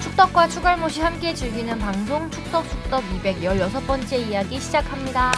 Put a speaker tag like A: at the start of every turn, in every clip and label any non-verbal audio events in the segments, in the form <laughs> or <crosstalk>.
A: 축덕과 추갈못이 함께 즐기는 방송 축덕숙덕 216번째 이야기 시작합니다.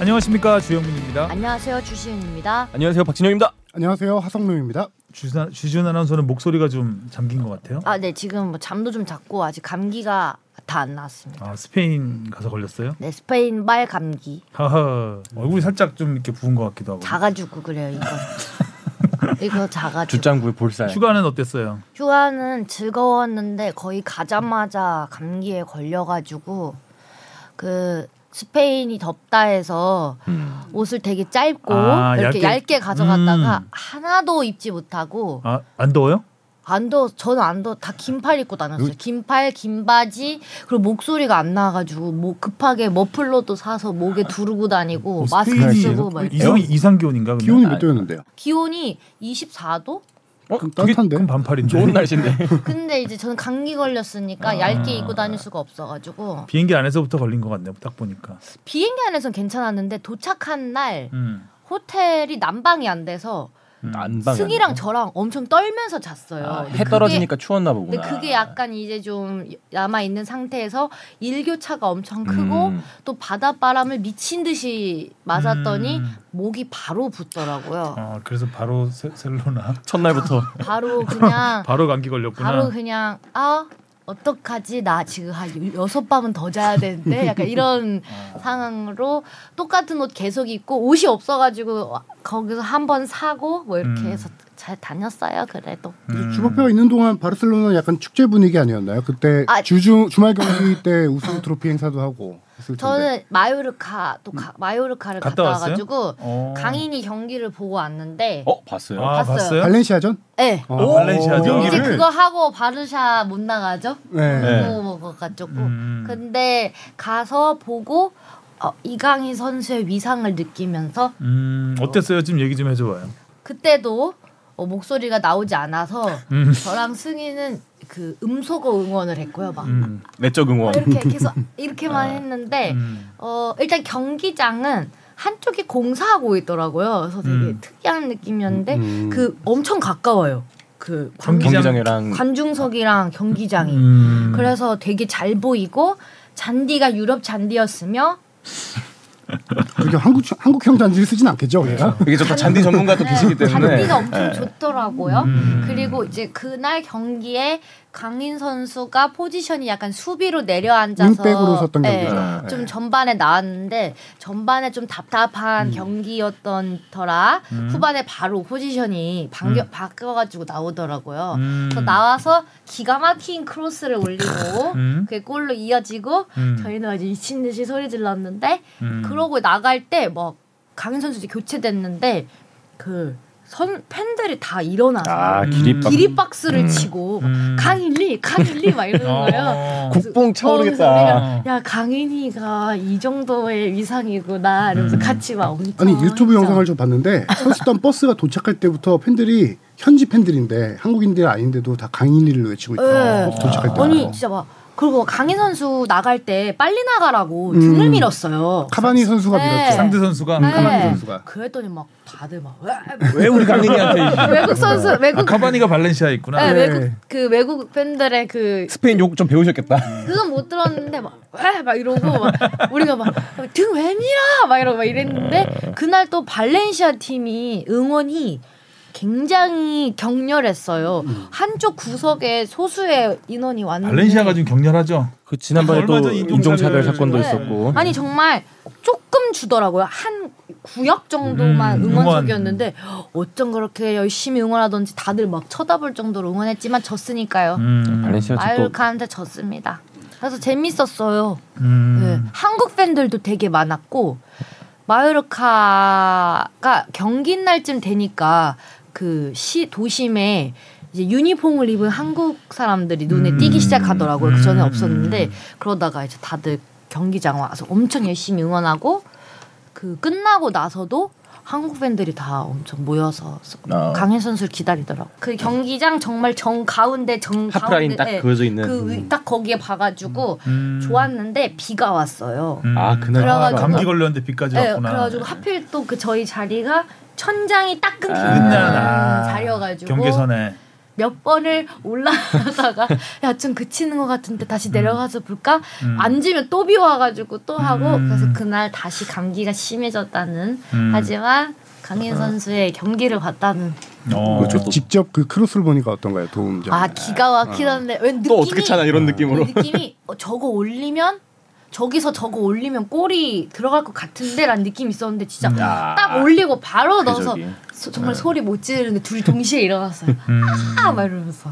B: 안녕하십니까 주영민입니다.
A: 안녕하세요. 주시은입니다.
C: 안녕하세요 박진영입니다.
D: 안녕하세요 하성룡입니다.
B: 주준 주준 아나운서는 목소리가 좀 잠긴 것 같아요.
A: 아, 네. 지금 뭐 잠도 좀 잤고 아직 감기가 다 안 나왔습니다.
B: 아 스페인 가서 걸렸어요?
A: 네, 스페인 말 감기.
B: 하하 얼굴이 살짝 좀 이렇게 부은 것 같기도 하고.
A: 작아지고 그래요, 이거. <laughs> 이거 작아지고.
C: 주짱구의 볼살.
B: 휴가는 어땠어요?
A: 휴가는 즐거웠는데 거의 가자마자 감기에 걸려가지고 그 스페인이 덥다 해서 옷을 되게 짧고
B: 아,
A: 이렇게 얇게,
B: 얇게-
A: 가져갔다가
B: 음.
A: 하나도 입지 못하고
B: 아 안 더워요?
A: 안 더워 저는 안 더워 다 긴팔 입고 다녔어요 긴팔 긴 바지 그리고 목소리가 안 나가지고 뭐 급하게 머플러도 사서 목에 두르고 다니고 마스크
B: 어, 뭐 스페인이
A: 쓰고 막
B: 이상 이상 기온인가? 그러면?
D: 기온이 몇 도였는데요?
A: 아, 기온이 24도
C: 어?
D: 그럼
B: 그게
D: 따뜻한데?
B: 그럼 반팔인데.
C: 좋은 날씨인데.
A: 근데 이제 저는 감기 걸렸으니까 얇게 입고 다닐 수가 없어가지고
B: <laughs> 비행기 안에서부터 걸린 것 같네요. 딱 보니까.
A: 비행기 안에서는 괜찮았는데 도착한 날
B: 음.
A: 호텔이 난방이 안 돼서
C: 안방.
A: 승희랑 저랑 엄청 떨면서 잤어요.
C: 아,
A: 근데
C: 해
A: 그게-
C: 떨어지니까 추웠나 보구나.
A: 근데 그게 약간 이제 좀 남아 있는 상태에서 일교차가 엄청 크고
C: 음.
A: 또 바닷바람을 미친 듯이 맞았더니
B: 음.
A: 목이 바로 붙더라고요.
B: 아 그래서 바로 세, 셀로나.
C: 첫날부터
A: 바로 그냥
B: <laughs> 바로 감기 걸렸구나. 음.
A: 바로 그냥 아 어떡하지 나 지금 한 여섯 밤은 더 자야 되는데 약간
B: <laughs>
A: 이런
B: 어.
A: 상황으로 똑같은 옷 계속 입고 옷이 없어가지고 거기서 한 번 사고 뭐 이렇게
B: 음.
A: 해서 잘 다녔어요 그래도
D: 주목표가 있는 동안 바르셀로나 약간 축제 분위기 아니었나요? 그때
A: 아.
D: 주중 주말 경기 때 우승 트로피 행사도 하고 했을 텐데.
A: 저는 마요르카 또 가- 마요르카를
B: 음. 갔다
A: 갔다,
B: 왔어요?
A: 와가지고
B: 어.
A: 강인이 경기를 보고 왔는데
C: 어 봤어요.
B: 아
A: 봤어요.
B: 봤어요?
D: 발렌시아전?
A: 네.
D: 어.
B: 아, 발렌시아전.
D: 오.
A: 이제
B: 경기를?
A: 그거 하고 바르샤 못 나가죠?
D: 네.
C: 네.
A: 먹어가지고
B: 음.
A: 근데 가서 보고 어, 이강인 선수의 위상을 느끼면서
B: 음 어땠어요? 지금 얘기 좀 해줘봐요.
A: 그때도 어, 목소리가 나오지 않아서
B: 음.
A: 저랑 승희는 그 음소거 응원을 했고요 막
B: 음.
C: 내적 응원.
A: 이렇게 계속 이렇게만 했는데
B: 음.
A: 어 일단 경기장은 한쪽이 공사하고 있더라고요 그래서 되게
B: 음.
A: 특이한 느낌이었는데
D: 음.
A: 그 엄청 가까워요 그 관,
B: 경기장-
C: 경기장이랑
A: 관중석이랑 경기장이
B: 음.
A: 그래서 되게 잘 보이고 잔디가 유럽 잔디였으며
D: 그게 한국 한국형 잔지를 쓰진 않겠죠,
A: 그렇죠.
D: 얘가?
C: 이게 저또 잔디 전문가도 계시기 때문에.
A: 네. 잔디가 엄청
D: 네.
A: 좋더라고요.
B: 음.
A: 그리고 이제 그날 경기에 강인 선수가 포지션이 약간 수비로 내려앉아서
D: 윙백으로 섰던
A: 예,
D: 경기죠.
A: 좀
D: 예.
A: 전반에 나왔는데 전반에 좀 답답한
B: 음.
A: 경기였던 터라 후반에 바로 포지션이 바뀌어, 바뀌어가지고 나오더라고요.
B: 음.
A: 그래서 나와서 기가 막힌 크로스를 올리고
B: 음.
A: 그게 골로 이어지고
B: 음.
A: <laughs> 저희는 이제 미친 듯이 소리 질렀는데
B: 음.
A: 그러고 나갈 때 막 강인 선수 이제 교체됐는데 그 선 팬들이 다 일어나서
C: 아 기립박.
A: 음. 기립박수를 치고
B: 음.
A: 강일리 강일리 막 이러는 거예요. 네.
B: 어. 아,
C: 국뽕 차오르겠다.
A: 소리가, 야 강인이가 이 정도의 위상이구나
B: 음.
A: 이러면서 같이 막 엄청
D: 아니 유튜브
A: 진짜.
D: 영상을 좀 봤는데 선수단 버스가 도착할 때부터 팬들이 현지 팬들인데 한국인들 아닌데도 다 강인이를 외치고 있다.
A: 네.
D: 버스 어, 도착할 때.
A: 아니 진짜 막 그리고 강인 선수 나갈 때 빨리 나가라고
D: 음.
A: 등을 밀었어요.
D: 카바니 선수가
A: 네.
D: 밀었죠.
B: 상대 선수가
A: 네.
D: 카바니 선수가.
A: 그랬더니 막 다들 막
C: 왜 우리 강민이한테
A: 외국 선수
B: 아,
A: 외국
B: 카바니가 발렌시아 에 있구나.
A: 네,
D: 네.
A: 외국 그 외국 팬들의 그
C: 스페인 욕 좀 배우셨겠다.
A: 그건 못 들었는데 막막 막 이러고 막 우리가 막 등왜 밀어 막 이러고 막 이랬는데 그날 또 발렌시아 팀이 응원이 굉장히 격렬했어요. 한쪽 구석에 소수의 인원이 왔는데
B: 발렌시아가 좀 격렬하죠.
C: 그 지난번에
B: 얼마
C: 또
B: 전 인종차별
C: 인종차별 사건도
A: 네.
C: 있었고.
A: 아니 정말 조금 주더라고요. 한 구역 정도만
B: 음,
A: 응원석이었는데 어쩜 그렇게 열심히 응원하던지 다들 막 쳐다볼 정도로 응원했지만 졌으니까요.
B: 음.
C: 발렌시아 또
A: 마요르카한테 졌습니다. 그래서 재밌었어요. 네.
B: 음.
A: 한국 팬들도 되게 많았고 마요르카가 경기 날쯤 되니까 그 시 도심에 이제 유니폼을 입은 한국 사람들이 눈에
B: 음.
A: 띄기 시작하더라고요. 그 전에
B: 음.
A: 없었는데 그러다가 이제 다들 경기장 와서 엄청 열심히 응원하고 그 끝나고 나서도 한국 팬들이 다 엄청 모여서
C: 아.
A: 강현 선수를 기다리더라고. 그 경기장 정말 정 가운데 정 가운데
C: 하프라인 딱
A: 예.
C: 그어져 있는. 음.
A: 그 위- 딱 거기에 봐가지고
B: 음.
A: 좋았는데 비가 왔어요.
B: 음.
C: 아 그날
A: 그래가지고-
B: 감기 걸렸는데 비까지
A: 네,
B: 왔구나.
A: 그래가지고 하필 또 그 저희 자리가 천장이 딱 끊기는
B: 끝날 아,
A: 자리여가지고
B: 경계선에
A: 몇 번을 올라가다가 <laughs> 야 좀 그치는 것 같은데 다시 내려가서 볼까
B: 음.
A: 앉으면 또 비와가지고 또 하고
B: 음.
A: 그래서 그날 다시 감기가 심해졌다는
B: 음.
A: 하지만 강인 선수의 경기를 봤다는
B: 어.
D: 그렇죠. 직접 그 크로스를 보니까 어떤가요 도움점?
A: 아 기가 막히던데 왠 느낌이
C: 또 어떻게 차나 이런 느낌으로.
A: 느낌이 어, 저거 올리면 저기서 저거 올리면 골이 들어갈 것 같은데라는 느낌이 있었는데 진짜
C: 야.
A: 딱 올리고 바로 넣어서
C: 저기. 네.
A: 소- 정말 소리 못 지르는데 둘이 동시에 일어났어요.
B: 음.
A: 아! 막 이러면서.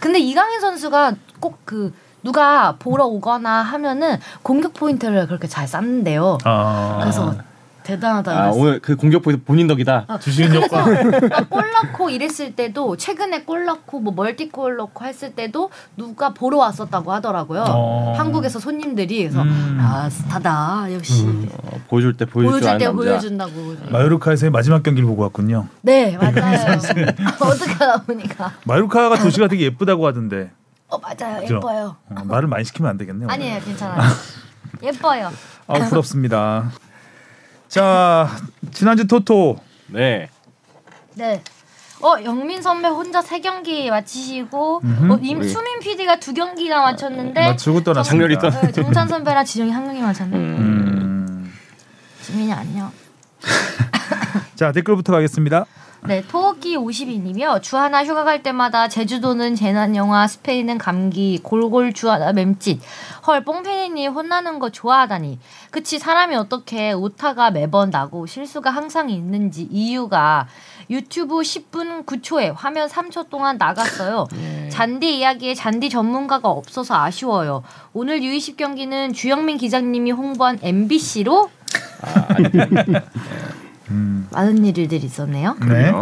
A: 근데 이강인 선수가 꼭 그 누가 보러 오거나 하면은 공격 포인트를 그렇게 잘 쌓는데요.
B: 아.
A: 그래서 대단하다.
C: 아
A: 그랬어요. 어.
C: 오늘 그 공격 포인트 본인 덕이다.
B: 주신 효과.
A: 막골 넣고 이랬을 때도 최근에 골 넣고 뭐 멀티골 넣고 했을 때도 누가 보러 왔었다고 하더라고요.
B: 어.
A: 한국에서 손님들이 그래서
B: 음.
A: 아 스타다 역시
C: 어, 보여줄 때 보여줄, 줄
A: 보여줄
C: 아는
A: 때
C: 남자.
A: 보여준다고.
B: 마요르카에서의 마지막 경기를 보고 왔군요.
A: 네 맞아요.
B: <laughs>
A: 어떡하다 보니까
B: 마요르카가 도시가 되게 예쁘다고 하던데
A: 어 맞아요
B: 그죠?
A: 예뻐요.
B: 어, 말을 많이 시키면 안 되겠네요. 오늘.
A: 아니에요 괜찮아요. 예뻐요.
B: 아 부럽습니다. 자 지난주 토토
C: 네.
A: 네. 어 영민 선배 혼자 세 경기 마치시고 어, 임,
C: 우리.
A: 수민 PD가 두 경기나 마쳤는데
B: 맞추고 떠났습니다.
C: 장렬히 떠나-
A: 네, 정찬 선배랑 지영이 한 경기 마쳤네.
B: 음.
A: 지민이 안녕.
B: 자 댓글부터 가겠습니다.
A: 네, 토끼 52님이요. 주하나 휴가 갈 때마다 제주도는 재난 영화, 스페인은 감기, 골골 주하나 맴짓. 헐, 뽕팬이님 혼나는 거 좋아하다니. 그치, 사람이 어떻게 오타가 매번 나고 실수가 항상 있는지 이유가 유튜브 10분 9초에 화면 3초 동안 나갔어요. 잔디 이야기에 잔디 전문가가 없어서 아쉬워요. 오늘 U20 경기는 주영민 기자님이 홍보한 MBC로 <laughs> 많은 일들이 있었네요.
B: 네.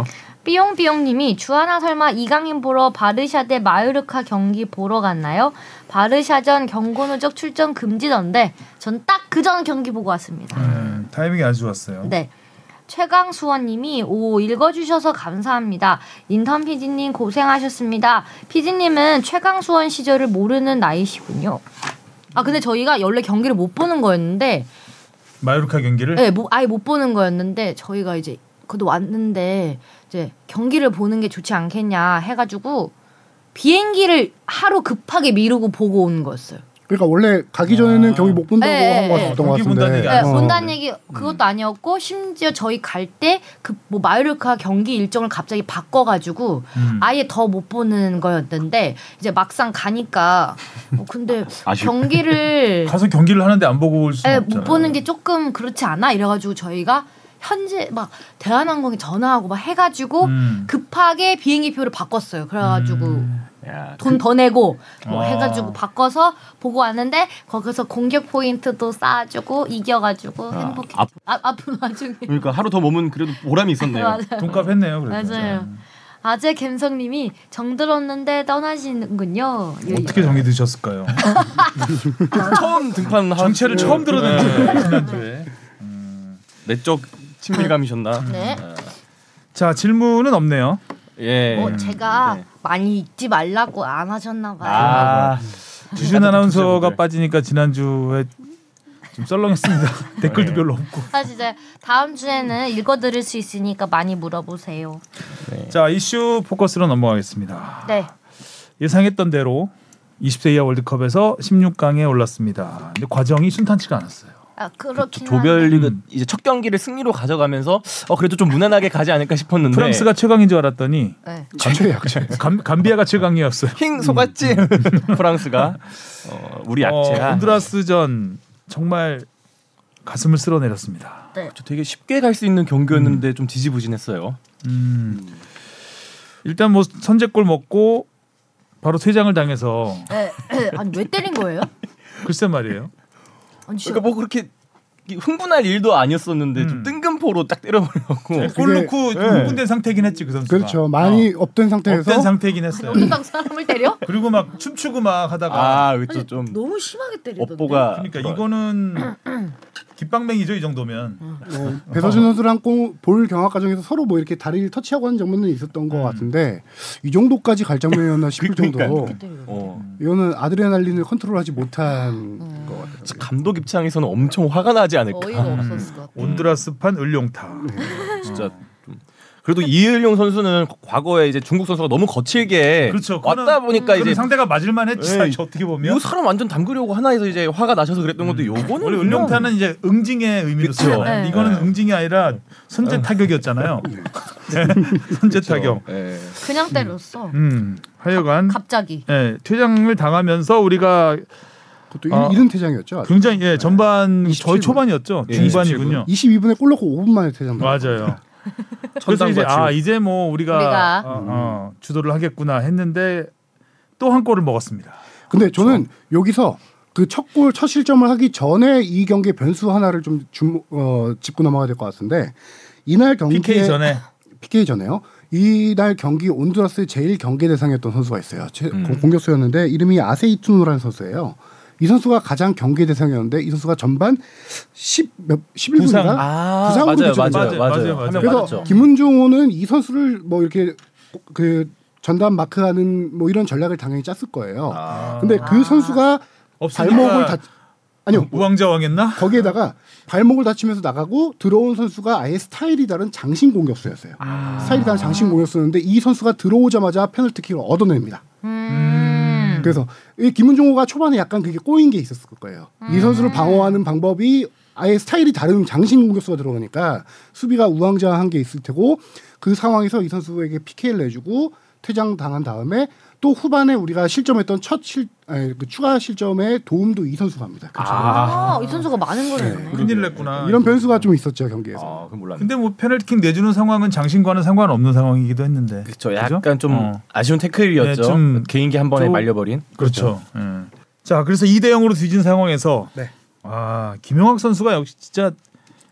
A: 삐용삐용님이 주하나 설마 이강인 보러 바르샤 대 마요르카 경기 보러 갔나요? 바르샤전 경고 누적 출전 금지던데 전 딱 그 전 경기 보고 왔습니다.
C: 네.
B: 음, 타이밍이 아주 좋았어요.
A: 네. 최강수원님이 오 읽어주셔서 감사합니다. 인턴 PD님 고생하셨습니다. PD님은 최강수원 시절을 모르는 나이시군요. 아 근데 저희가 원래 경기를 못 보는 거였는데,
B: 마요르카 경기를
A: 네, 뭐, 아예 못 보는 거였는데 저희가 이제 그도 왔는데 이제 경기를 보는 게 좋지 않겠냐 해가지고 비행기를 하루 급하게 미루고 보고 온 거였어요.
B: 아,
D: 그러니까 원래 가기 전에는 경기 못 본다고
A: 예,
D: 한거
A: 예,
D: 같았던 것
B: 경기 본다는
D: 같은데.
B: 얘기
A: 네,
B: 안 어.
A: 본다는 얘기 그것도 아니었고 심지어 저희 갈 때 그 뭐 마요르카 경기 일정을 갑자기 바꿔가지고
B: 음.
A: 아예 더 못 보는 거였는데 이제 막상 가니까 어,
B: <laughs>
A: 근데
C: 아쉽다.
A: 경기를
B: 가서 경기를 하는데 안 보고 올 수는
A: 예,
B: 없잖아요.
A: 네. 못 보는 게 조금 그렇지 않아 이래가지고 저희가 현재 막 대한항공에 전화하고 막 해가지고
B: 음.
A: 급하게 비행기 표를 바꿨어요. 그래가지고
B: 음.
C: 야,
A: 돈 더 내고 뭐
B: 아.
A: 해가지고 바꿔서 보고 왔는데 거기서 공격 포인트도 쌓아주고 이겨가지고
C: 아,
A: 행복해. 아,
C: 아프-
A: 아픈 와중에
C: 그러니까 하루 더 몸은 그래도 보람이
A: <laughs>
C: 있었네요.
A: 맞아요.
B: 돈값 했네요. 그래도.
A: 맞아요. 아재 갬성님이 정 들었는데 떠나시는군요. 예, 예.
B: 어떻게
A: <laughs>
B: 정이 드셨을까요?
C: 처음 등판
B: 정체를 처음 들었는데.
C: 지난주에
B: 음.
C: 내적 친밀감이셨나?
A: 네.
B: 자 질문은 없네요.
C: 예.
A: 어, 제가
C: 네.
A: 많이 잊지 말라고 안 하셨나 봐요.
C: 아,
B: 주신 아나운서가
C: 청취자분들.
B: 빠지니까 지난주에 좀 썰렁했습니다. 댓글도
C: <laughs> 네.
B: 별로 없고.
A: 사실 이제 다음 주에는 읽어 들을 수 있으니까 많이 물어보세요.
C: 네.
B: 자 이슈 포커스로 넘어가겠습니다.
A: 네.
B: 예상했던 대로 20세 이하 월드컵에서 16강에 올랐습니다. 근데 과정이 순탄치가 않았어요.
A: 아 그렇긴 한데.
C: 조별리그
B: 음.
C: 이제 첫 경기를 승리로 가져가면서 어 그래도 좀 무난하게 가지 않을까 싶었는데
B: 프랑스가 최강인 줄 알았더니
A: 네.
B: <laughs>
D: 최악 최악.
B: 감, 감비아가 최강이었어요.
C: 킹 속았지 <laughs> 프랑스가 어, 우리
B: 음. 어,
C: 약체야.
B: 온드라스전 정말 가슴을 쓸어내렸습니다.
A: 네.
C: 저 되게 쉽게 갈 수 있는 경기였는데 좀 뒤지부진했어요.
B: 음. 일단 뭐 선제골 먹고 바로 퇴장을 당해서
A: 네. 아니 왜 때린 거예요?
B: 글쎄 말이에요.
A: 아니 진짜
C: 그러니까 뭐 그렇게 흥분할 일도 아니었었는데
B: 음.
C: 좀 뜬금포로 딱 때려버려갖고
B: 네, 골 넣고
D: 예.
B: 흥분된 상태긴 했지 그 선수가.
D: 그렇죠. 많이 업된
B: 어,
D: 상태에서
B: 업된 상태긴 했어요.
A: 어떤 사람을 때려?
B: 그리고 막 춤추고 막 하다가
C: 아 그렇죠 좀
A: 너무 심하게 때리던데.
C: 업보가
B: 그러니까 이거는 깃방맹이죠 이 정도면.
C: 음.
D: 어, 배서준 선수랑 꽁- 볼 경합 과정에서 서로 뭐 이렇게 다리를 터치하고 하는 장면은 있었던
B: 음.
D: 것 같은데 이 정도까지
B: <laughs>
D: 갈 장면이었나 싶을 정도로
C: 그러니까요. 어.
D: 이거는 아드레날린을 컨트롤하지 못한
A: 음.
D: 것 같아요.
C: 감독 입장에서는 음. 엄청 화가 나지 않을까
A: 어이가 없었을 것 같아.
C: 그러니까
B: 온드라스판 을룡타.
C: 진짜 좀 그래도 이을용 선수는 과거에 이제 중국 선수가 너무 거칠게
B: 그렇죠.
C: 왔다
B: 그거는-
C: 보니까
B: 그거는
C: 이제 네.
B: 상대가 맞을만 했지
C: 에이,
B: 사실 어떻게 보면
C: 이 사람 완전 담그려고 하나에서 이제 화가 나셔서 그랬던 것도
B: 음.
C: 요거는
B: 원래
C: 그냥-
B: 을룡타는 이제 응징의 의미로
C: 음. 그쵸.
B: 쓰잖아요. 근데
A: 네.
B: 이거는 응징이 아니라 선제 타격이었잖아요. <laughs> 네, 선제 타격.
C: 예.
A: 그냥 때렸어.
B: 음, 하여간
A: 갑자기.
B: 예, 퇴장을 당하면서 우리가
D: 그것도
B: 아.
D: 일 이른 퇴장이었죠. 아주.
B: 굉장히 예, 전반 거의
D: 27분.
B: 초반이었죠.
C: 예,
B: 중반이군요.
D: 22분에 골 넣고 5분 만에 퇴장.
B: 맞아요. 그래서 이제
C: 천당과
B: 아 이제 뭐 우리가,
A: 우리가.
B: 어, 어, 주도를 하겠구나 했는데 또 한 골을 먹었습니다.
D: 근데 저는 여기서 그 첫 골 첫 실점을 하기 전에 이 경기의 변수 하나를 좀 주, 어, 짚고 넘어가야 될 것 같은데 이날 경기에
B: PK 전에
D: PK 전에요. 이날 경기 온두라스의 제일 경계 대상이었던 선수가 있어요. 제-
B: 음.
D: 공- 공격수였는데 이름이 아세이투노라는 선수예요. 이 선수가 가장 경계 대상이었는데 이 선수가 전반 10몇 11분인가
B: 부상.
C: 아,
D: 부상으로
C: 맞아요,
D: 됐죠,
B: 맞아요,
C: 맞아요, 맞아요.
B: 맞아요.
C: 한명
D: 그래서
C: 맞았죠.
D: 김은종호는 이 선수를 뭐 이렇게 그 전담 마크하는 뭐 이런 전략을 당연히 짰을 거예요.
C: 아,
D: 근데 그
A: 아.
D: 선수가
B: 없으니까
D: 발목을 다 아니요
B: 우왕좌왕했나?
D: 거기에다가 발목을 다치면서 나가고 들어온 선수가 아예 스타일이 다른 장신 공격수였어요. 스타일이 다른 장신 공격수였는데 이 선수가 들어오자마자 페널티킥을 얻어냅니다.
A: 음.
D: 그래서 이 김은종호가 초반에 약간 그게 꼬인 게 있었을 거예요. 이 선수를 방어하는 방법이 아예 스타일이 다른 장신 공격수가 들어가니까 수비가 우왕좌왕한 게 있을 테고 그 상황에서 이 선수에게 PK를 내주고 퇴장 당한 다음에 또 후반에 우리가 실점했던 첫 실, 아니, 그 추가 실점에 도움도 이 선수가 합니다. 그
A: 아, 이 선수가 많은 거네요.
B: 큰일 냈구나.
D: 이런 변수가 좀 있었죠 경기에서.
C: 아, 그건 몰랐네.
B: 근데 뭐 페널티킥 내주는 상황은 장신과는 상관없는 상황이기도 했는데.
C: 그렇죠. 약간 좀
B: 어.
C: 아쉬운
B: 네,
C: 태클이었죠.
B: 좀-
C: 개인기 한 번에
B: 좀-
C: 말려버린.
B: 그렇죠. 예. 자, 그래서 2대 0으로 뒤진 상황에서
D: 네.
B: 아, 김영학 선수가 역시 진짜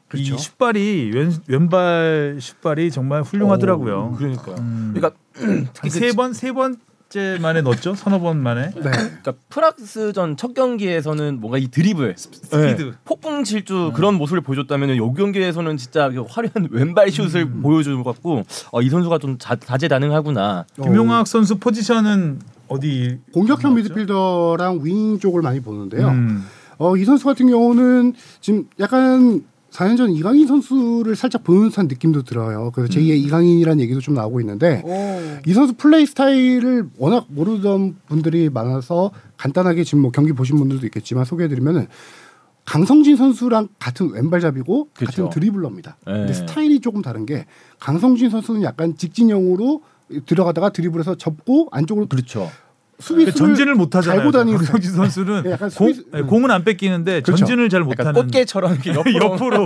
D: 그렇죠.
B: 이 슛발이 왼, 왼발 슛발이 정말 훌륭하더라고요.
C: 그러니까요.
B: 음.
C: 그러니까 <clears throat>
B: 한세 번, 세 번째 만에 넣었죠. 서너 번 만에.
D: 네.
C: 그러니까 프랑스전 첫 경기에서는 뭔가 이 드리블,
B: 스피드.
C: 네, 폭풍 질주 그런 모습을 보여줬다면 요 경기에서는 진짜 그 화려한 <laughs> 왼발 슛을
B: 음.
C: 보여준 것 같고 어, 이 선수가 좀 자, 다재다능하구나.
B: 김용학 선수 포지션은 어디?
D: 공격형 미드필더랑 윙 쪽을 많이 보는데요.
B: 음.
D: 어, 이 선수 같은 경우는 지금 약간 4년 전 이강인 선수를 살짝 보는 듯한 느낌도 들어요. 그래서 제2의
C: 음.
D: 이강인이라는 얘기도 좀 나오고 있는데
A: 오.
D: 이 선수 플레이 스타일을 워낙 모르던 분들이 많아서 간단하게 지금 뭐 경기 보신 분들도 있겠지만 소개해드리면은 강성진 선수랑 같은 왼발잡이고
C: 그쵸.
D: 같은 드리블러입니다.
C: 예.
D: 근데 스타일이 조금 다른 게 강성진 선수는 약간 직진형으로 들어가다가 드리블해서 접고 안쪽으로
C: 그렇죠.
D: 수비수를
B: 그러니까 전진을 못 하잖아요.
D: 달고 다니는
B: 강성진 선수는
D: 네, 약간
B: 공,
D: 스미스-
B: 네, 공은 안 뺏기는데
D: 그렇죠.
B: 전진을 잘 못
C: 약간
B: 하는 <laughs>
C: 꽃게처럼 이렇게 그 옆으로
B: 옆으로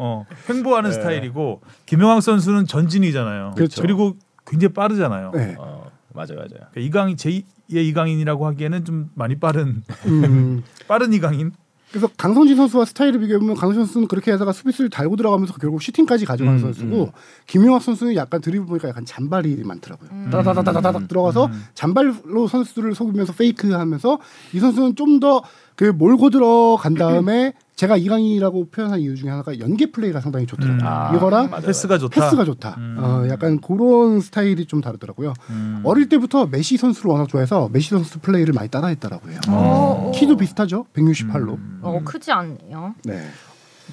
B: 어, 횡보하는
C: 네.
B: 스타일이고 김영학 선수는 전진이잖아요.
D: 그렇죠.
B: 그리고 굉장히 빠르잖아요.
D: 네.
C: 어, 맞아요, 맞아요.
B: 그러니까 이강인 제2의 이강인이라고 하기에는 좀 많이 빠른 <laughs>
D: 음.
B: 빠른 이강인.
D: 그래서 강성진 선수와 스타일을 비교해보면 강성진 선수는 그렇게 하다가 수비수를 달고 들어가면서 결국 슈팅까지 가져간
C: 음,
D: 선수고 김용학 선수는 약간 드리블 보니까 약간 잔발이 많더라고요.
B: 음.
D: 따다다다다닥 들어가서 잔발로 선수를 속이면서 페이크하면서 이 선수는 좀 더 그 몰고 들어간 다음에 제가 이강인이라고 표현한 이유 중에 하나가 연계 플레이가 상당히 좋더라고요.
B: 음.
C: 아,
D: 이거랑
C: 맞아요,
B: 패스가 좋다.
D: 패스가 좋다.
B: 음.
D: 어, 약간 그런 스타일이 좀 다르더라고요.
B: 음.
D: 어릴 때부터 메시 선수를 워낙 좋아해서 메시 선수 플레이를 많이 따라했더라고요.
B: 어.
A: 오.
D: 키도 비슷하죠? 168로.
B: 음.
A: 어, 크지 않네요.
D: 네.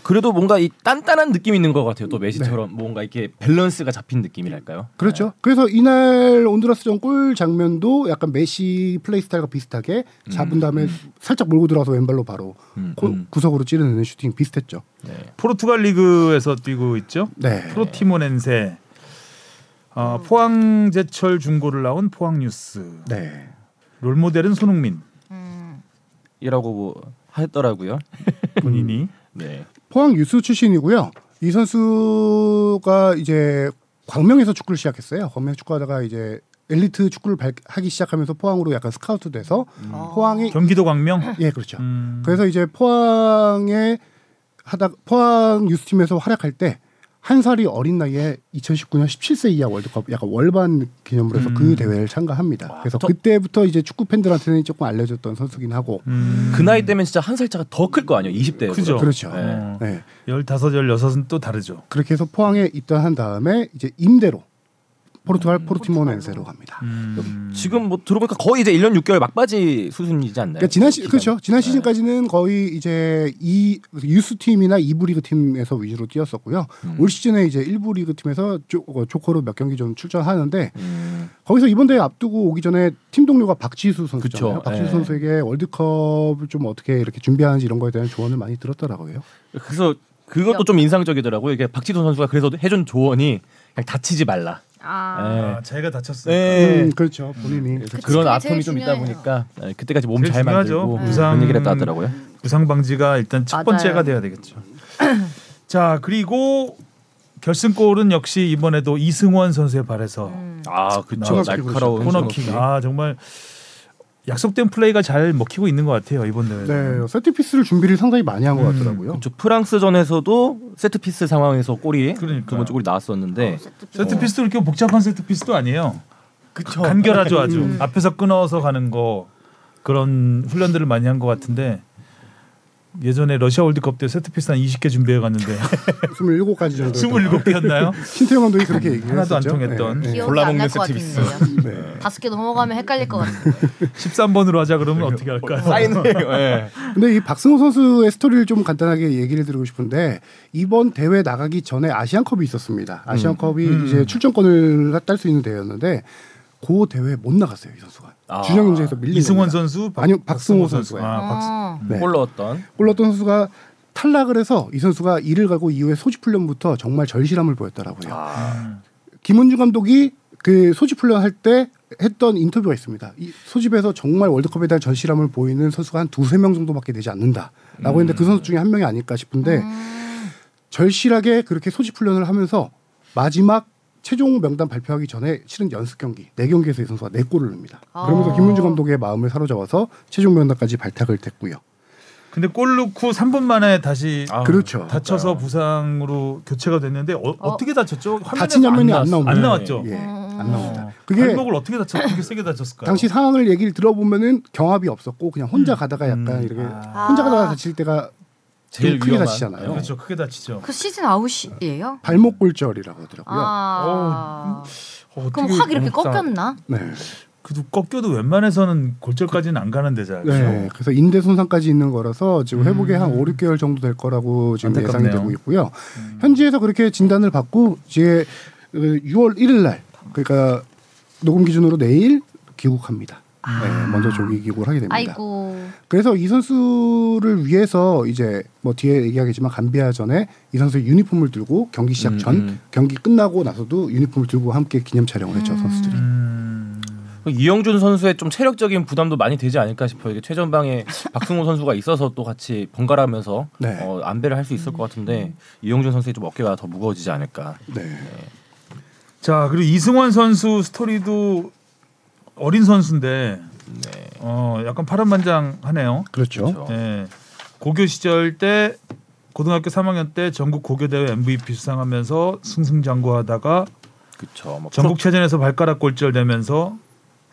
C: 그래도 뭔가 이 단단한 느낌이 있는 것 같아요.
B: 네.
C: 또 메시처럼 뭔가 이렇게 밸런스가 잡힌 느낌이랄까요?
D: 그렇죠.
B: 네.
D: 그래서 이날 온두라스전 골 장면도 약간 메시 플레이 스타일과 비슷하게 잡은 다음에 살짝 몰고 들어와서 왼발로 바로
C: 음,
D: 코-
C: 음.
D: 구석으로 찌르는 슈팅 비슷했죠.
C: 네.
B: 포르투갈 리그에서 뛰고 있죠.
D: 네.
B: 프로티모넨세. 아, 포항제철 중고를 나온 포항뉴스.
D: 네.
B: 롤모델은 손흥민
A: 음.
C: 이라고 뭐 했더라고요.
B: 본인이.
C: 네.
D: 포항 유스 출신이고요. 이 선수가 이제 광명에서 축구를 시작했어요. 광명 축구하다가 이제 엘리트 축구를 발- 하기 시작하면서 포항으로 약간 스카우트 돼서
A: 어.
D: 포항이
B: 경기도 광명.
D: 예, 그렇죠.
B: 음.
D: 그래서 이제 포항에 하다 포항 유스팀에서 활약할 때 한 살이 어린 나이에 2019년 17세 이하 월드컵 약간 월반 기념으로 해서
B: 음.
D: 그 대회를 참가합니다. 그래서
C: 저-
D: 그때부터 이제 축구 팬들한테는 조금 알려졌던 선수긴 하고.
B: 음.
C: 그 나이 때면 진짜 한 살 차가 더 클 거 아니에요? 20대.
B: 그죠.
D: 그렇죠.
C: 네.
B: 어.
D: 네.
B: 15, 16은 또 다르죠.
D: 그렇게 해서 포항에 입단한 다음에 이제 임대로 포르투갈 포르티모네세로 갑니다.
B: 음.
C: 지금 뭐 들어보니까 거의 이제 1년 6개월 막바지 수순이지 않나요?
D: 그러니까 지난 시
C: 기간.
D: 그렇죠. 지난 시즌까지는 거의 이제 이 유스 팀이나 2부 리그 팀에서 위주로 뛰었었고요. 올 시즌에 이제 1부 리그 팀에서 조, 어, 조커로 몇 경기 좀 출전하는데
C: 음.
D: 거기서 이번 대회 앞두고 오기 전에 팀 동료가 박지수 선수잖아요.
C: 그쵸.
D: 박지수
C: 예.
D: 선수에게 월드컵을 좀 어떻게 이렇게 준비하는지 이런 거에 대한 조언을 많이 들었더라고요.
C: 그래서 그것도 좀 인상적이더라고요. 이게 박지도 선수가 그래서 해준 조언이 그냥 다치지 말라.
A: 아.
C: 예.
B: 아, 자기가 다쳤으니까.
C: 네.
D: 음, 그렇죠. 본인이
C: 그래서
A: 그치,
C: 그런
A: 그게
C: 아픔이
A: 제일
C: 좀 있다
A: 중요해요.
C: 보니까 예, 그때까지 몸
B: 제일
C: 잘
B: 중요하죠.
C: 만들고
B: 부상-
C: 그런 얘기를 했다 하더라고요.
B: 부상 방지가 일단 첫
A: 맞아요.
B: 번째가 돼야 되겠죠. <clears throat> 자 그리고 결승골은 역시 이번에도 이승원 선수의 발에서
A: 음.
C: 아 그쵸
D: 코너킥
C: 날카로운
B: 코너킥. 아 정말 약속된 플레이가 잘 먹히고 있는 것 같아요 이번 대회.
D: 네, 세트피스를 준비를 상당히 많이 한 것
B: 음,
D: 같더라고요.
C: 그쵸, 프랑스전에서도 세트 피스 상황에서 골이 두 번째 골이
B: 아,
C: 나왔었는데
B: 그렇죠. 세트 피스도 이렇게 복잡한 세트 피스도 아니에요.
C: 그쵸.
B: 간결하죠 아주.
A: 음.
B: 앞에서 끊어서 가는 거 그런 훈련들을 많이 한 것 같은데 예전에 러시아 월드컵 때 세트 피스 한 20개 준비해 갔는데 <laughs>
D: 27가지 정도.
B: 27개였나요?
D: 신태용 감독이 그렇게 얘기를
B: 하나도 안
D: 했었죠.
B: 통했던.
D: 네, 네.
A: 기억이
C: 골라먹는
A: 안날것
C: 세트피스.
A: 같은데요.
D: 네.
A: 다섯 개 넘어가면 헷갈릴 것 같아요.
B: 13번으로 하자 그러면 어떻게 할까요?
C: 사인을
B: <laughs>
C: 예.
D: 근데 이 박승호 선수의 스토리를 좀 간단하게 얘기를 드리고 싶은데 이번 대회 나가기 전에 아시안컵이 있었습니다. 아시안컵이
B: 음.
D: 이제 출전권을 딸 수 있는 대회였는데 그 대회 못 나갔어요 이 선수가
C: 아.
D: 주전 경쟁에서 밀린
B: 이승원
D: 겁니다.
B: 선수, 박-
D: 아니요, 박승호 선수예요.
B: 아, 박승.
A: 어.
D: 네.
C: 골 넣었던
D: 골 넣었던 선수가 탈락을 해서 이 선수가 이를 가고 이후에 소집 훈련부터 정말 절실함을 보였더라고요.
C: 아,
D: 김은주 감독이 그 소집 훈련 할 때 했던 인터뷰가 있습니다. 이 소집에서 정말 월드컵에 대한 절실함을 보이는 선수가 한 두세 명 정도밖에 되지 않는다라고 했는데
C: 음.
D: 그 선수 중에 한 명이 아닐까 싶은데
A: 음.
D: 절실하게 그렇게 소집 훈련을 하면서 마지막 최종 명단 발표하기 전에 치른 연습 경기 네 경기에서 이 선수가 네 골을 넣습니다. 그러면서
A: 아.
D: 김문주 감독의 마음을 사로잡아서 최종 명단까지 발탁을 됐고요.
B: 근데 골 넣고 3분 만에 다시
C: 아,
D: 그렇죠.
B: 다쳐서 부상으로 교체가 됐는데 어, 떻게 다쳤죠? 화면에
D: 다친 장면이 안 나옵니다.
B: 안 나왔죠.
D: 예,
A: 음.
D: 안 나옵니다.
B: 그게
D: 그게
B: 발목을 어떻게 다쳤? 어떻게 세게 다쳤을까요?
D: 당시 상황을 얘기를 들어보면은 경합이 없었고 그냥 혼자 가다가 약간
B: 음.
D: 이렇게
B: 아.
D: 혼자 가다가 다칠 때가 제일
C: 제일
D: 크게
C: 위험한
D: 다치잖아요.
B: 그렇죠. 크게
D: 어,
B: 다치죠.
A: 그 시즌 아웃이에요?
D: 발목 골절이라고 하더라고요.
A: 아.
B: 어,
A: 그럼
B: 어떻게
A: 확 이렇게
B: 어렵다.
A: 꺾였나?
D: 네.
B: 그래도 꺾여도 웬만해서는 골절까지는 안 가는 데자.
D: 네. 그래서 인대 손상까지 있는 거라서 지금 회복에 한 5, 6개월 정도 될 거라고 지금
B: 음. 안타깝네요. 음.
D: 예상이 되고 있고요. 현지에서 그렇게 진단을 받고 이제 어, 6월 1일 날 그러니까 녹음 기준으로 내일 귀국합니다. 네, 먼저 조기 귀국을 하게 됩니다.
A: 아. 아이고.
D: 그래서 이 선수를 위해서 이제 뭐 뒤에 얘기하겠지만 감비아 전에 이 선수의 유니폼을 들고 경기 시작
C: 음,
D: 전
C: 음.
D: 경기 끝나고 나서도 유니폼을 들고 함께 기념 촬영을 했죠
A: 음.
D: 선수들이.
B: 음,
C: 이영준 선수의 좀 체력적인 부담도 많이 되지 않을까 싶어요. 이게 최전방에 <laughs> 박승호 선수가 있어서 또 같이 번갈아면서
D: 네.
C: 어, 안배를 할 수 있을 것 같은데 이영준 선수의 좀 어깨가 더 무거워지지 않을까.
D: 네.
B: 자 그리고 이승환 선수 스토리도 어린 선수인데 어 약간 파란만장하네요.
D: 그렇죠.
C: 네. 그렇죠.
B: 네. 고교 시절 때 고등학교 3학년 때 전국 고교 대회 MVP 수상하면서 승승장구하다가
C: 그렇죠. 뭐
B: 전국 체전에서 발가락 골절되면서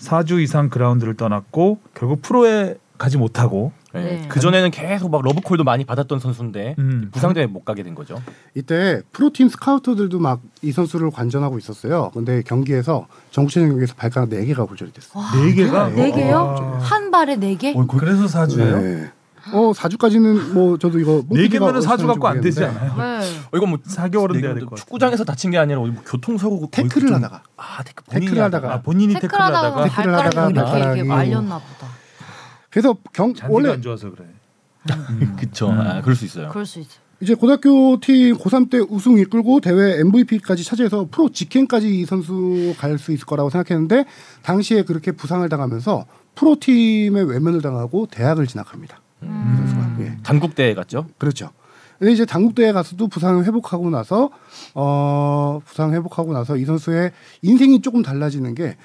B: 4주 이상 그라운드를 떠났고 결국 프로에 가지 못하고
C: 프로- 예.
A: 네.
C: 그 전에는 계속 막 러브콜도 많이 받았던 선수인데
B: 음.
C: 부상 때문에 못 가게 된 거죠.
D: 이때 프로팀 스카우터들도 막 이 선수를 관전하고 있었어요. 근데 경기에서 전국체전 경기에서 발가락 4개가 골절이 됐어요.
A: 와,
B: 네 어, 개가
A: 네 개요?
B: 아.
A: 한 발에 네 개?
B: 그래서 4주예요? 네.
D: 네. 어 4주까지는 뭐 저도 이거 뽕피디가
B: 개면은 4주
D: 어디서
B: 갖고 안 되지
D: 모르겠는데
B: 않아요?
A: 네.
C: 어, 이건 뭐
B: 4개월은 돼야
C: 네,
B: 될 것 같아요.
C: 축구장에서 다친 게 아니라 뭐 교통사고 거의
D: 태클을
C: 좀-
D: 하다가
C: 아 태클 본인이
D: 태클을 하다가
B: 아, 본인이
A: 태클하다가
B: 태클하다가
D: 태클- 태클하다가
A: 발가락이 이렇게 이렇게
D: 발가락이-
A: 말렸나 보다.
D: 그래서 경
B: 잔디가
D: 원래
B: 안 좋아서 그래.
C: 그쵸. 아, 그럴 수 있어요.
A: 그럴 수 있어.
D: 이제 고등학교 팀 고3 때 우승 이끌고 대회 MVP까지 차지해서 프로 직행까지 이 선수 갈 수 있을 거라고 생각했는데 당시에 그렇게 부상을 당하면서 프로 팀에 외면을 당하고 대학을 진학합니다. 이 선수가. 예.
C: 단국 대회 갔죠.
D: 그렇죠. 근데 이제 당국대회 가서도 부상을 회복하고 나서 어 부상 회복하고 나서 이 선수의 인생이 조금 달라지는 게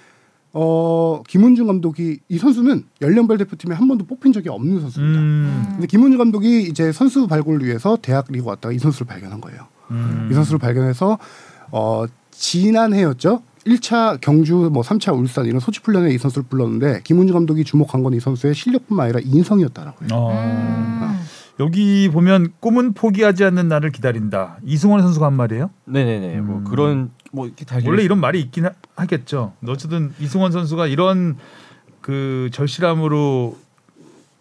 D: 어, 김은중 감독이 이 선수는 연령별 대표팀에 한 번도 뽑힌 적이 없는 선수입니다.
B: 음.
D: 근데 김은중 감독이 이제 선수 발굴을 위해서 대학 리그 왔다가 이 선수를 발견한 거예요.
B: 음.
D: 이 선수를 발견해서 어 지난해였죠. 1차 경주 뭐 3차 울산 이런 소집 훈련에 이 선수를
B: 음.
D: 불렀는데 김은중 감독이 주목한 건 이 선수의 실력뿐만 아니라 인성이었다라고 해요.
B: 어.
A: 음.
B: 여기 보면 꿈은 포기하지 않는 나를 기다린다. 이승원 선수가 한 말이에요.
C: 네네네. 뭐
B: 음.
C: 그런 뭐 이렇게 다
B: 원래 이런 말이 있긴 하, 하겠죠. 어쨌든 이승원 선수가 이런 그 절실함으로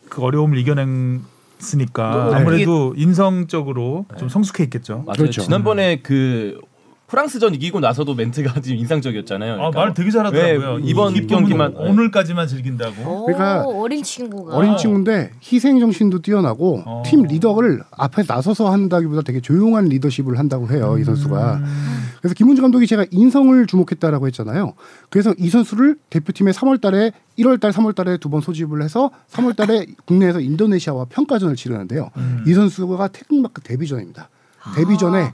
B: 그 어려움을 이겨냈으니까
C: 네.
B: 아무래도 인성적으로 좀 성숙해 있겠죠.
C: 맞아요.
D: 그렇죠.
C: 지난번에 그 프랑스전 이기고 나서도 멘트가 지금 인상적이었잖아요.
B: 아,
C: 그러니까
B: 말 되게 잘하더라고요.
C: 네, 이번
B: 이
C: 경기만-
B: 기쁨은 오늘까지만 즐긴다고.
A: 오,
D: 그러니까
A: 어린 친구가
D: 어린 친구인데 희생 정신도 뛰어나고
B: 어.
D: 팀 리더를 앞에 나서서 한다기보다 되게 조용한 리더십을 한다고 해요 이 선수가. 그래서 김문주 감독이 제가 인성을 주목했다라고 했잖아요. 그래서 이 선수를 대표팀에 3월달에 1월달 3월달에 두 번 소집을 해서 3월달에 국내에서 인도네시아와 평가전을 치르는데요. 이 선수가 태극마크 데뷔 전입니다. 데뷔 전에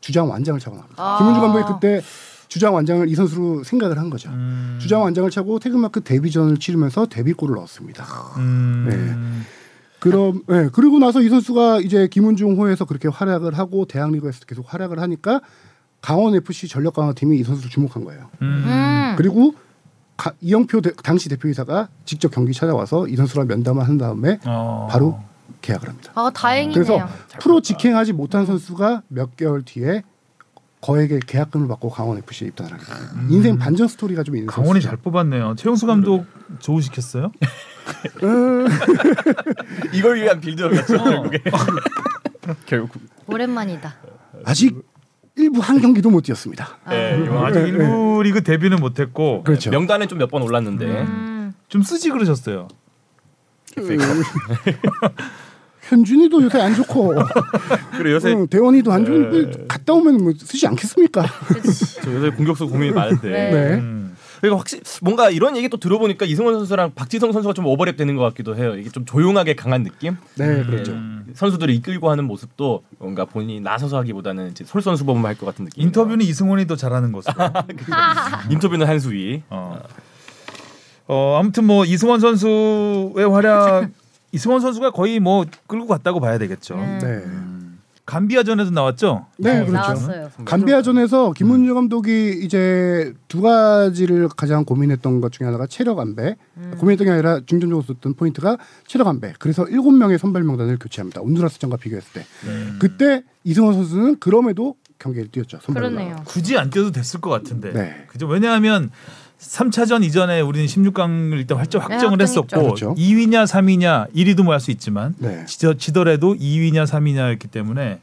D: 주장 완장을 차고 나옵니다.
A: 아.
D: 김문주 감독이 그때 주장 완장을 이 선수로 생각을 한 거죠. 주장 완장을 차고 태극마크 데뷔전을 치르면서 데뷔골을 넣었습니다.
B: 음.
C: 네.
D: 그럼 예 그리고 나서 이 선수가 이제 김은중 호에서 그렇게 활약을 하고 대학리그에서 계속 활약을 하니까 강원 FC 전력 강화 팀이 이 선수를 주목한 거예요.
A: 음.
D: 그리고 가- 이영표 대- 당시 대표이사가 직접 경기 찾아와서 이 선수랑 면담을 한 다음에
B: 어.
D: 바로 계약을 합니다.
A: 아 다행이네요.
D: 그래서 프로 직행하지 못한 선수가 몇 개월 뒤에 거액의 계약금을 받고 강원 FC에 입단을 합니다. 인생 반전 스토리가 좀 있는
B: 강원이
D: 선수죠.
B: 잘 뽑았네요. 최용수 감독 조우시켰어요?
C: 네, 이걸 위한
B: 어.
C: 빌드업이었죠.
B: 그렇죠.
D: 그렇죠.
C: 결국에. 결국.
A: 오랜만이다.
D: 아직 일부 한 경기도 못 뛰었습니다.
C: 예,
B: 음,
C: 이번
B: 아직 일부 리그 데뷔는 못했고
D: 그렇죠.
C: 명단에 좀 몇 번 올랐는데
A: 음.
B: 좀 쓰지 그러셨어요.
D: <laughs> 현준이도 요새 안 좋고
C: 그래 요새
D: 응, 대원이도 안 좋은데 갔다 오면 뭐 쓰지 않겠습니까?
A: 그치.
C: 저 요새
A: <laughs>
C: 공격수 고민이 많은데.
A: 네.
D: 네.
B: 음.
C: 그리고 확실히 뭔가 이런 얘기 또 들어보니까 이승원 선수랑 박지성 선수가 좀 오버랩 되는 것 같기도 해요. 이게 좀 조용하게 강한 느낌.
D: 네, 그렇죠.
B: 음.
C: 선수들을 이끌고 하는 모습도 뭔가 본인이 나서서 하기보다는 이제 솔선수범을 할 것 같은 느낌.
B: 인터뷰는 이승원이 더 잘하는 것으로.
C: 인터뷰는 한수위.
B: 어. 어, 아무튼 뭐 이승원 선수의 활약 이승원 선수가 거의 뭐 끌고 갔다고 봐야 되겠죠.
D: 네.
B: 감비아전에도 나왔죠.
D: 네, 그렇죠.
A: 나왔어요.
D: 간비아전에서 김문주 감독이 이제 두 가지를 가장 고민했던 것 중에 하나가 체력 안배.
A: 음.
D: 고민했던 게 아니라 중점적으로 썼던 포인트가 체력 안배. 그래서 일곱 명의 선발 명단을 교체합니다. 온두라스전과 비교했을 때. 그때 이승원 선수는 그럼에도 경기를 뛰었죠. 선발로.
A: 그러네요.
B: 굳이 안 뛰어도 됐을 것 같은데.
D: 네.
B: 그죠? 왜냐하면 3차전 이전에 우리는 16강을 일단 활짝
A: 네,
B: 확정을
A: 확정했죠.
B: 했었고
D: 그렇죠.
B: 2위냐 3위냐 1위도 뭐 할 수 있지만
D: 네.
B: 지더, 지더라도 2위냐 3위냐였기 때문에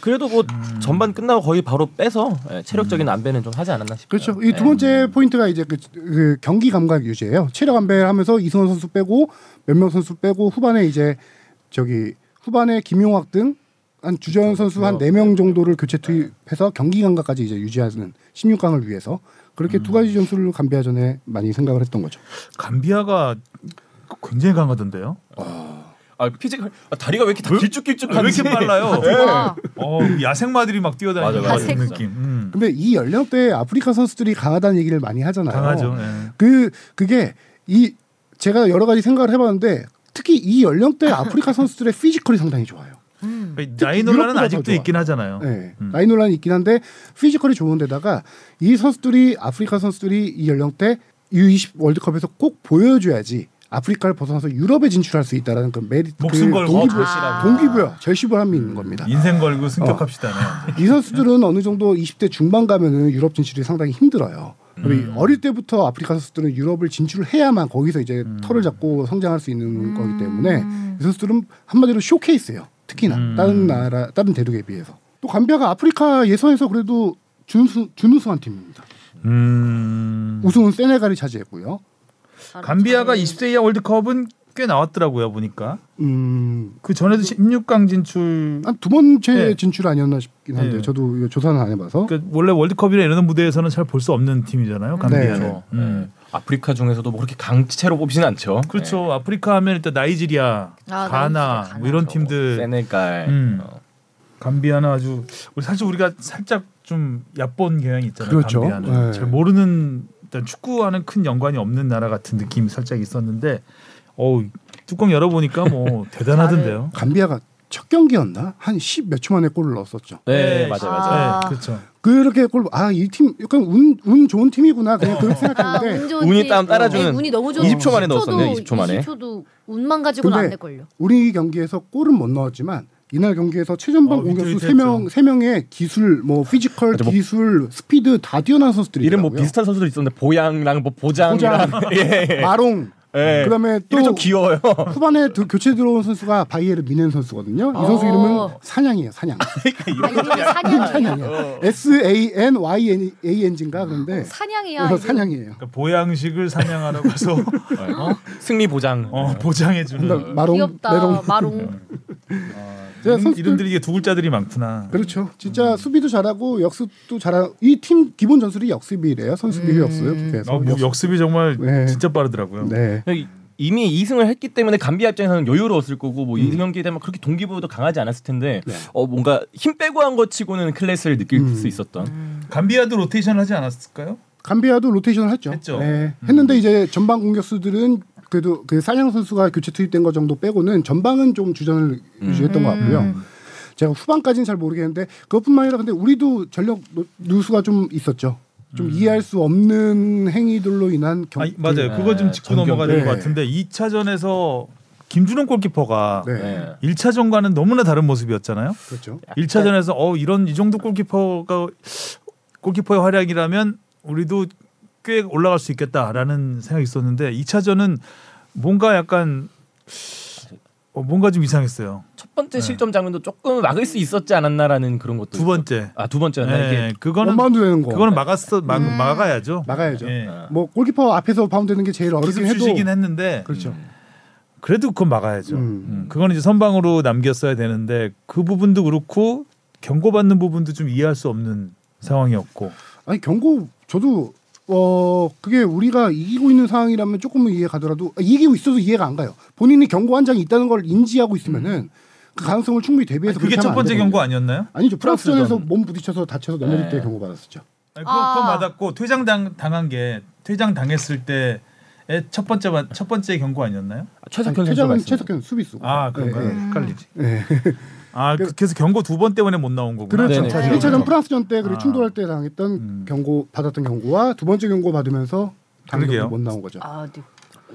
C: 그래도 뭐 전반 끝나고 거의 바로 빼서 예, 체력적인 안배는 좀 하지 않았나 싶어요.
D: 그렇죠. 이 두
C: 예.
D: 번째 포인트가 이제 그, 그 경기 감각 유지예요. 체력 안배를 하면서 이승원 선수 빼고 몇 명 선수 빼고 후반에 이제 저기 후반에 김용학 등 한 주전 선수 한 네 명 정도를 교체 투입해서 경기 감각까지 이제 유지하는 16강을 위해서 그렇게 두 가지 점수를 감비아 전에 많이 생각을 했던 거죠.
B: 감비아가 굉장히 강하던데요.
C: 아 피지컬 아, 다리가 왜 이렇게 다 길쭉길쭉한지.
B: 왜 이렇게 빨라요?
A: 와,
B: 어, 야생마들이 막 뛰어다니는
C: 맞아,
A: 네. 맞아.
B: 그런 느낌. 음.
D: 근데 이 연령대에 아프리카 선수들이 강하다는 얘기를 많이 하잖아요.
B: 강하죠. 예.
D: 그 그게 이 제가 여러 가지 생각을 해봤는데 특히 이 연령대 아프리카 선수들의 피지컬이 상당히 좋아요.
A: 음.
B: 나이노라는
D: 유럽보다 더
B: 아직도
D: 좋아.
B: 있긴 하잖아요.
D: 네.
B: 음.
D: 라인 논란이 있긴 한데 피지컬이 좋은데다가 이 선수들이 아프리카 선수들이 이 연령대 U20 월드컵에서 꼭 보여줘야지 아프리카를 벗어나서 유럽에 진출할 수 있다라는 그 메리트
B: 목숨 걸고
D: 동기부,
A: 아.
D: 동기부여 절시부함이 있는 겁니다.
B: 인생 걸고 승격합시다. 네.
D: 이 선수들은 어느 정도 20대 중반 가면은 유럽 진출이 상당히 힘들어요. 우리
B: 음.
D: 어릴 때부터 아프리카 선수들은 유럽을 진출을 해야만 거기서 이제
B: 음.
D: 털을 잡고 성장할 수 있는 거기 때문에 이 선수들은 한마디로 쇼케이스예요. 특히나
B: 음.
D: 다른 나라 다른 대륙에 비해서 또 감비아가 아프리카 예선에서 그래도 준수 준우승한 팀입니다.
B: 음.
D: 우승은 세네갈이 차지했고요.
B: 감비아가 20세 이하 월드컵은 꽤 나왔더라고요 보니까
D: 음,
B: 그 전에도 16강 진출.
D: 한 두 번째
B: 네.
D: 진출 아니었나 싶긴 한데
B: 네.
D: 저도 이거 조사는 안 해봐서
B: 그러니까 원래 월드컵이나 이런 무대에서는 잘 볼 수 없는 팀이잖아요. 감비아.
D: 네.
B: 음.
C: 그렇죠. 예. 아프리카 중에서도 뭐 그렇게 강체로 뽑히진 않죠.
D: 네.
C: 예.
B: 그렇죠. 아프리카 하면 일단 나이지리아,
A: 나이지리아,
B: 가나
A: 가나.
B: 뭐 이런
C: 예.
B: 팀들.
C: 세네갈.
B: 음.
C: 어.
B: 감비아는 아주 우리 사실 우리가 살짝 좀 얕본 경향이 있잖아요.
D: 그렇죠.
B: 감비아는
D: 네.
B: 잘 모르는 일단 축구와는 큰 연관이 없는 나라 같은
D: <laughs>
B: 느낌이 살짝 있었는데 어우 뚜껑 열어보니까 뭐 대단하던데요.
D: 감비아가 첫 경기였나 한 10 몇 초 만에 골을 넣었었죠.
C: 네, 맞아요, 맞아요.
A: 아.
B: 네, 그렇죠.
D: 그렇게 골 아 이 팀 약간 운, 운 좋은 팀이구나 그냥 그렇게
A: 아,
D: 생각했는데
A: 운 좋은
C: 운이
A: 팀.
C: 땀 따라주는
A: 네, 운이 너무 좋아.
C: 20초 만에 넣었었네, 20초 만에.
A: 20초도 운만 가지고는 안
D: 근데
A: 될 걸요.
D: 우리 경기에서 골은 못 넣었지만 이날 경기에서 최전방
B: 어,
D: 공격수
B: 위태위태했죠.
D: 세 명 세 명의 기술 뭐 피지컬
C: 맞아, 뭐-
D: 기술 스피드 다 뛰어난 선수들이
C: 이름 뭐 비슷한 선수들 있었는데 보양랑 뭐 보장이랑 <laughs> 예.
D: 마롱
C: 예.
D: 그다음에
C: 이름
D: 또
C: 좀 귀여워요.
D: <laughs> 후반에 두- 교체 들어온 선수가 바이에르 미넨 선수거든요. 이 선수
A: 어.
D: 이름은 산양이에요.
C: <laughs>
D: 산양.
A: 아, 이름이 사냥이에요.
C: 어.
D: S A N Y N A N G인가 그런데
A: 사냥이야.
D: 그래서
A: 이거.
D: 산양이에요.
C: 음.
B: 그러니까 보양식을 사냥하라고
D: <laughs>
B: 해서
D: 네.
B: 어?
C: 승리 보장.
B: 어, 보장해주는
D: 그다음 마롱
A: 귀엽다.
D: 메롱
A: 마롱.
D: 제가
B: 이름-
D: 선수들-
B: 이름들이 이게 두글자들이 많구나.
D: 그렇죠. 진짜 수비도 잘하고 역습도 잘하고 이 팀 기본 전술이 역습이래요. 선수비 역습. 그래서
B: 어, 뭐 역습이 정말
D: 네.
B: 진짜 빠르더라고요.
D: 네.
C: 이미 2승을 했기 때문에 감비아 입장에서는 여유로웠을 거고 뭐 2승 경기에 되면 그렇게 동기부여도 강하지 않았을 텐데
D: 음. 네. 음.
C: 어 뭔가 힘 빼고 한 거 치고는 클래스를 느낄 수 있었던
B: 음. 감비아도 로테이션 하지 않았을까요?
D: 감비아도 로테이션을 했죠.
B: 했죠.
D: 네. 했는데 이제 전방 공격수들은 그래도 그 산양 선수가 교체 투입된 거 정도 빼고는 전방은 좀 주전을 유지했던 것 같고요.
B: 음.
D: 제가 후반까지는 잘 모르겠는데 그것뿐만 아니라 근데 우리도 전력 노- 누수가 좀 있었죠. 좀 이해할 수 없는 행위들로 인한 경.
B: 음. 아, 맞아요. 그거 좀
C: 네,
B: 짚고
C: 전경.
B: 넘어가야 될
D: 네.
B: 것 같은데 2차전에서 김준호 골키퍼가
D: 네.
C: 예.
B: 1차전과는 너무나 다른 모습이었잖아요.
D: 그렇죠.
B: 1차전에서 어 이런 이 정도 골키퍼가 골키퍼의 활약이라면 우리도 꽤 올라갈 수 있겠다라는 생각이 있었는데 2차전은 뭔가 약간 어, 뭔가 좀 이상했어요.
C: 첫
D: 네.
C: 번째 실점 장면도 조금 막을 수 있었지 않았나라는 그런 것도
B: 두 번째.
C: 그렇죠? 아두 번째였나
D: 네.
B: 예,
C: 이게
B: 그거는
D: 원바운드 되는 거.
B: 그거는 막았어 막, 막아야죠.
D: 음. 막아야죠.
B: 예.
D: 뭐 골키퍼 앞에서 바운드는 게 제일 어렵긴 해도
B: 기습슛이긴 음. 했는데
D: 그렇죠.
B: 그래도 그건 막아야죠.
D: 음.
B: 음, 그건 이제 선방으로 남겼어야 되는데 그 부분도 그렇고 경고받는 부분도 좀 이해할 수 없는 상황이었고
D: 아니 경고 저도 어 그게 우리가 이기고 있는 상황이라면 조금은 이해 가더라도 아, 이기고 있어도 이해가 안 가요. 본인이 경고 한 장이 있다는 걸 인지하고 있으면은 그 가능성을 충분히 대비해서
B: 음. 그게
D: 그렇게
B: 첫
D: 하면 안
B: 번째
D: 되거든요.
B: 경고 아니었나요? 네.
D: 아니죠. 프랑스전에서
C: 프랑스전.
D: 몸 부딪혀서 다쳐서 넘어질 때 경고 받았었죠.
B: 아니, 그거, 그거
A: 아.
B: 맞았고 퇴장 당, 당한 게 퇴장 당했을 때의 첫 번째 마- 첫 번째 경고 아니었나요?
C: 최석현
D: 아니,
C: 선수가
D: 퇴장은
C: 있어요.
D: 최석현 수비수.
B: 아 그런가요?
D: 예, 예.
B: 헷갈리지.
D: 네.
B: 아 그- 그래서 경고 두 번 때문에 못 나온 거구나.
D: 그렇죠.
C: 네네.
D: 일 1차전 프랑스전 때
B: 아.
D: 그 충돌할 때 당했던
B: 음.
D: 경고 받았던 경고와 두 번째 경고 받으면서
B: 그러게요.
D: 당연히 못 나온 거죠.
A: 아, 네.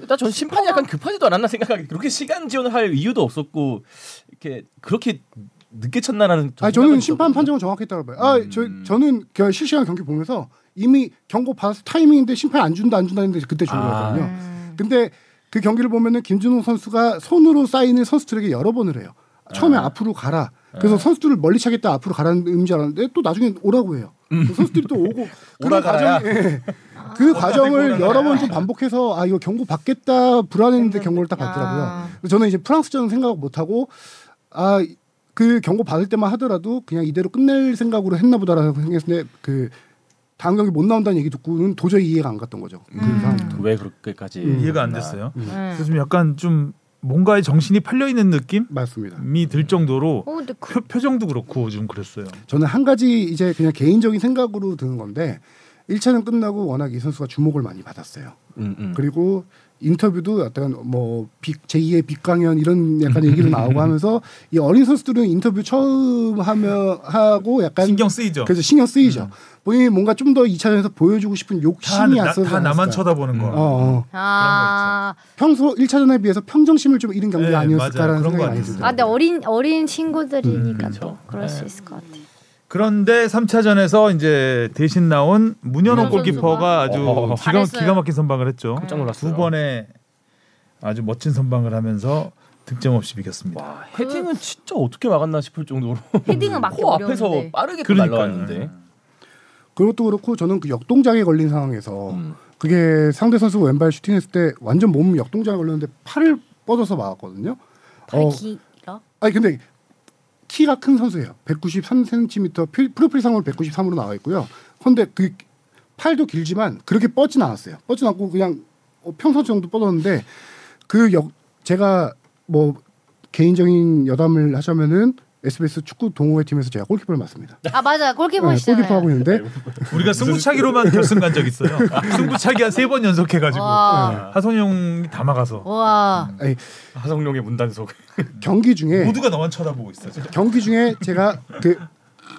C: 일단 전 심판이 약간 급하지도 않았나 생각하기 그렇게 시간 지원을 할 이유도 없었고 이렇게 그렇게 늦게 쳤나라는
D: 아
C: 생각은
D: 저는 심판
C: 있었거든요. 음.
D: 판정은 정확했다고 봐요. 아, 저 저는 그 실시간 경기 보면서 이미 경고 받았을 타이밍인데 심판 안 준다 안 준다 했는데 그때 준
C: 아.
D: 거거든요.
A: 음.
D: 근데 그 경기를 보면은 김준호 선수가 손으로 사인을 선수들에게 여러 번을 해요. 처음에 앞으로 가라. 그래서 선수들을 멀리 차겠다 앞으로 가라는 의미인 줄 알았는데 또 나중에 오라고 해요. 그 선수들이 또 오고
C: 오라
D: 그런
C: 가라야?
D: 과정, 예. 그 과정을
B: 오라
D: 여러
B: 가라야?
D: 번 좀 반복해서 아 이거 경고 받겠다 불안했는데 경고를 딱
A: 아.
D: 받더라고요. 그래서 저는 이제 프랑스전 생각 못 하고 아 그 경고 받을 때만 하더라도 그냥 이대로 끝낼 생각으로 했나 보다라고 생각했는데 그 다음 경기 못 나온다는 얘기 듣고는 도저히 이해가 안 갔던 거죠. 그 상황부터.
C: 왜 그렇게까지
B: 이해가 안
D: 네.
C: 했나.
B: 됐어요.
A: 음.
B: 그래서 좀 약간 좀 뭔가의 정신이 팔려 있는 느낌이
D: 맞습니다.
B: 들 정도로
A: 어, 근데 그,
B: 표, 표정도 그렇고 좀 그랬어요.
D: 저는 한 가지 이제 그냥 개인적인 생각으로 드는 건데 1차는 끝나고 워낙 이 선수가 주목을 많이 받았어요.
C: 음, 음.
D: 그리고 인터뷰도 약간 뭐 빅, 제2의 빅강연 이런 약간 얘기를 나오고
B: <laughs>
D: 하면서 이 어린 선수들은 인터뷰 처음 하며 하고 약간
B: 신경 쓰이죠. 음.
D: 그래서 신경 쓰이죠. 본인이 뭔가 좀 더 2차전에서 보여주고 싶은
B: 다,
D: 욕심이
B: 나,
D: 앞서서
B: 다 나만
D: 않았을까.
B: 쳐다보는 거야.
D: 어, 어.
A: 아,
D: 평소 1차전에 비해서 평정심을 좀 잃은 경기가
B: 네, 맞아요.
D: 아니었을까라는
B: 그런 거
D: 생각이 많이
B: 같아요.
D: 듭니다.
A: 아, 근데 어린 어린 친구들이니까
C: 음,
A: 또
C: 그렇죠.
A: 그럴 수
C: 네.
A: 있을 것 같아.
B: 그런데 3차전에서 이제 대신 나온 문현호
A: 문현호
B: 골키퍼가 아주
C: 어,
B: 기가,
A: 잘했어요.
B: 기가 막힌 선방을 했죠.
C: 깜짝 놀랐어요.
B: 두 번의 아주 멋진 선방을 하면서 득점 없이 비겼습니다.
C: 와 헤딩은 진짜 어떻게 막았나 싶을 정도로
A: 헤딩은 맞기
C: 코 앞에서
A: 어려운데.
C: 빠르게 또
B: 그러니까요. 네,
C: 날라왔는데
D: 그것도 그렇고 저는 그 역동작에 걸린 상황에서
C: 음.
D: 그게 상대 선수 왼발 슈팅했을 때 완전 몸 역동작에 걸렸는데 팔을 뻗어서 막았거든요. 어,
A: 발기라?
D: 아니 근데 키가 큰 선수예요. 193cm 피- 프로필 상으로 193으로 나와 있고요. 근데 그 팔도 길지만 그렇게 뻗진 않았어요. 뻗진 않고 그냥 어, 평소 정도 뻗었는데 그 역 제가 뭐 개인적인 여담을 하자면은 SBS 축구 동호회 팀에서 제가 골키퍼를 맡습니다.
A: 아 맞아
D: 네,
A: 골키퍼시잖아요.
D: 골키퍼 하고 있는데
B: 우리가 승부차기로만 결승 간 적
C: <laughs>
B: 있어요. 승부차기 한 세 번 연속해가지고
A: 와.
B: 하성용이 다 막아서
A: 와.
D: 아니,
C: 네. 하성룡의 문단속. 네.
D: 경기 중에
B: 네. 모두가 너만 쳐다보고 있어. 진짜.
D: 경기 중에 제가 그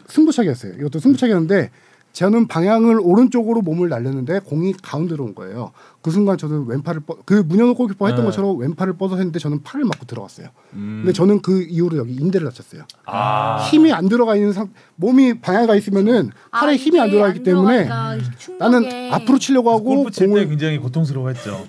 D: 승부차기였어요. 이것도 승부차기였는데 저는 방향을 오른쪽으로 몸을 날렸는데 공이 가운데로 온 거예요. 그 순간 저는 왼팔을 뻗, 그 문현호 골키퍼 했던
C: 네.
D: 것처럼 왼팔을 뻗어 했는데 저는 팔을 맞고 들어갔어요.
C: 음.
D: 근데 저는 그 이후로 여기 인대를 다쳤어요.
C: 아.
D: 힘이 안 들어가 있는 상 몸이 방향이 가 있으면은 팔에 아, 힘이 안
A: 아,
D: 들어가기 때문에 나는 앞으로 치려고 하고
B: 골프 칠 때
D: 공을
B: 굉장히 고통스러워했죠.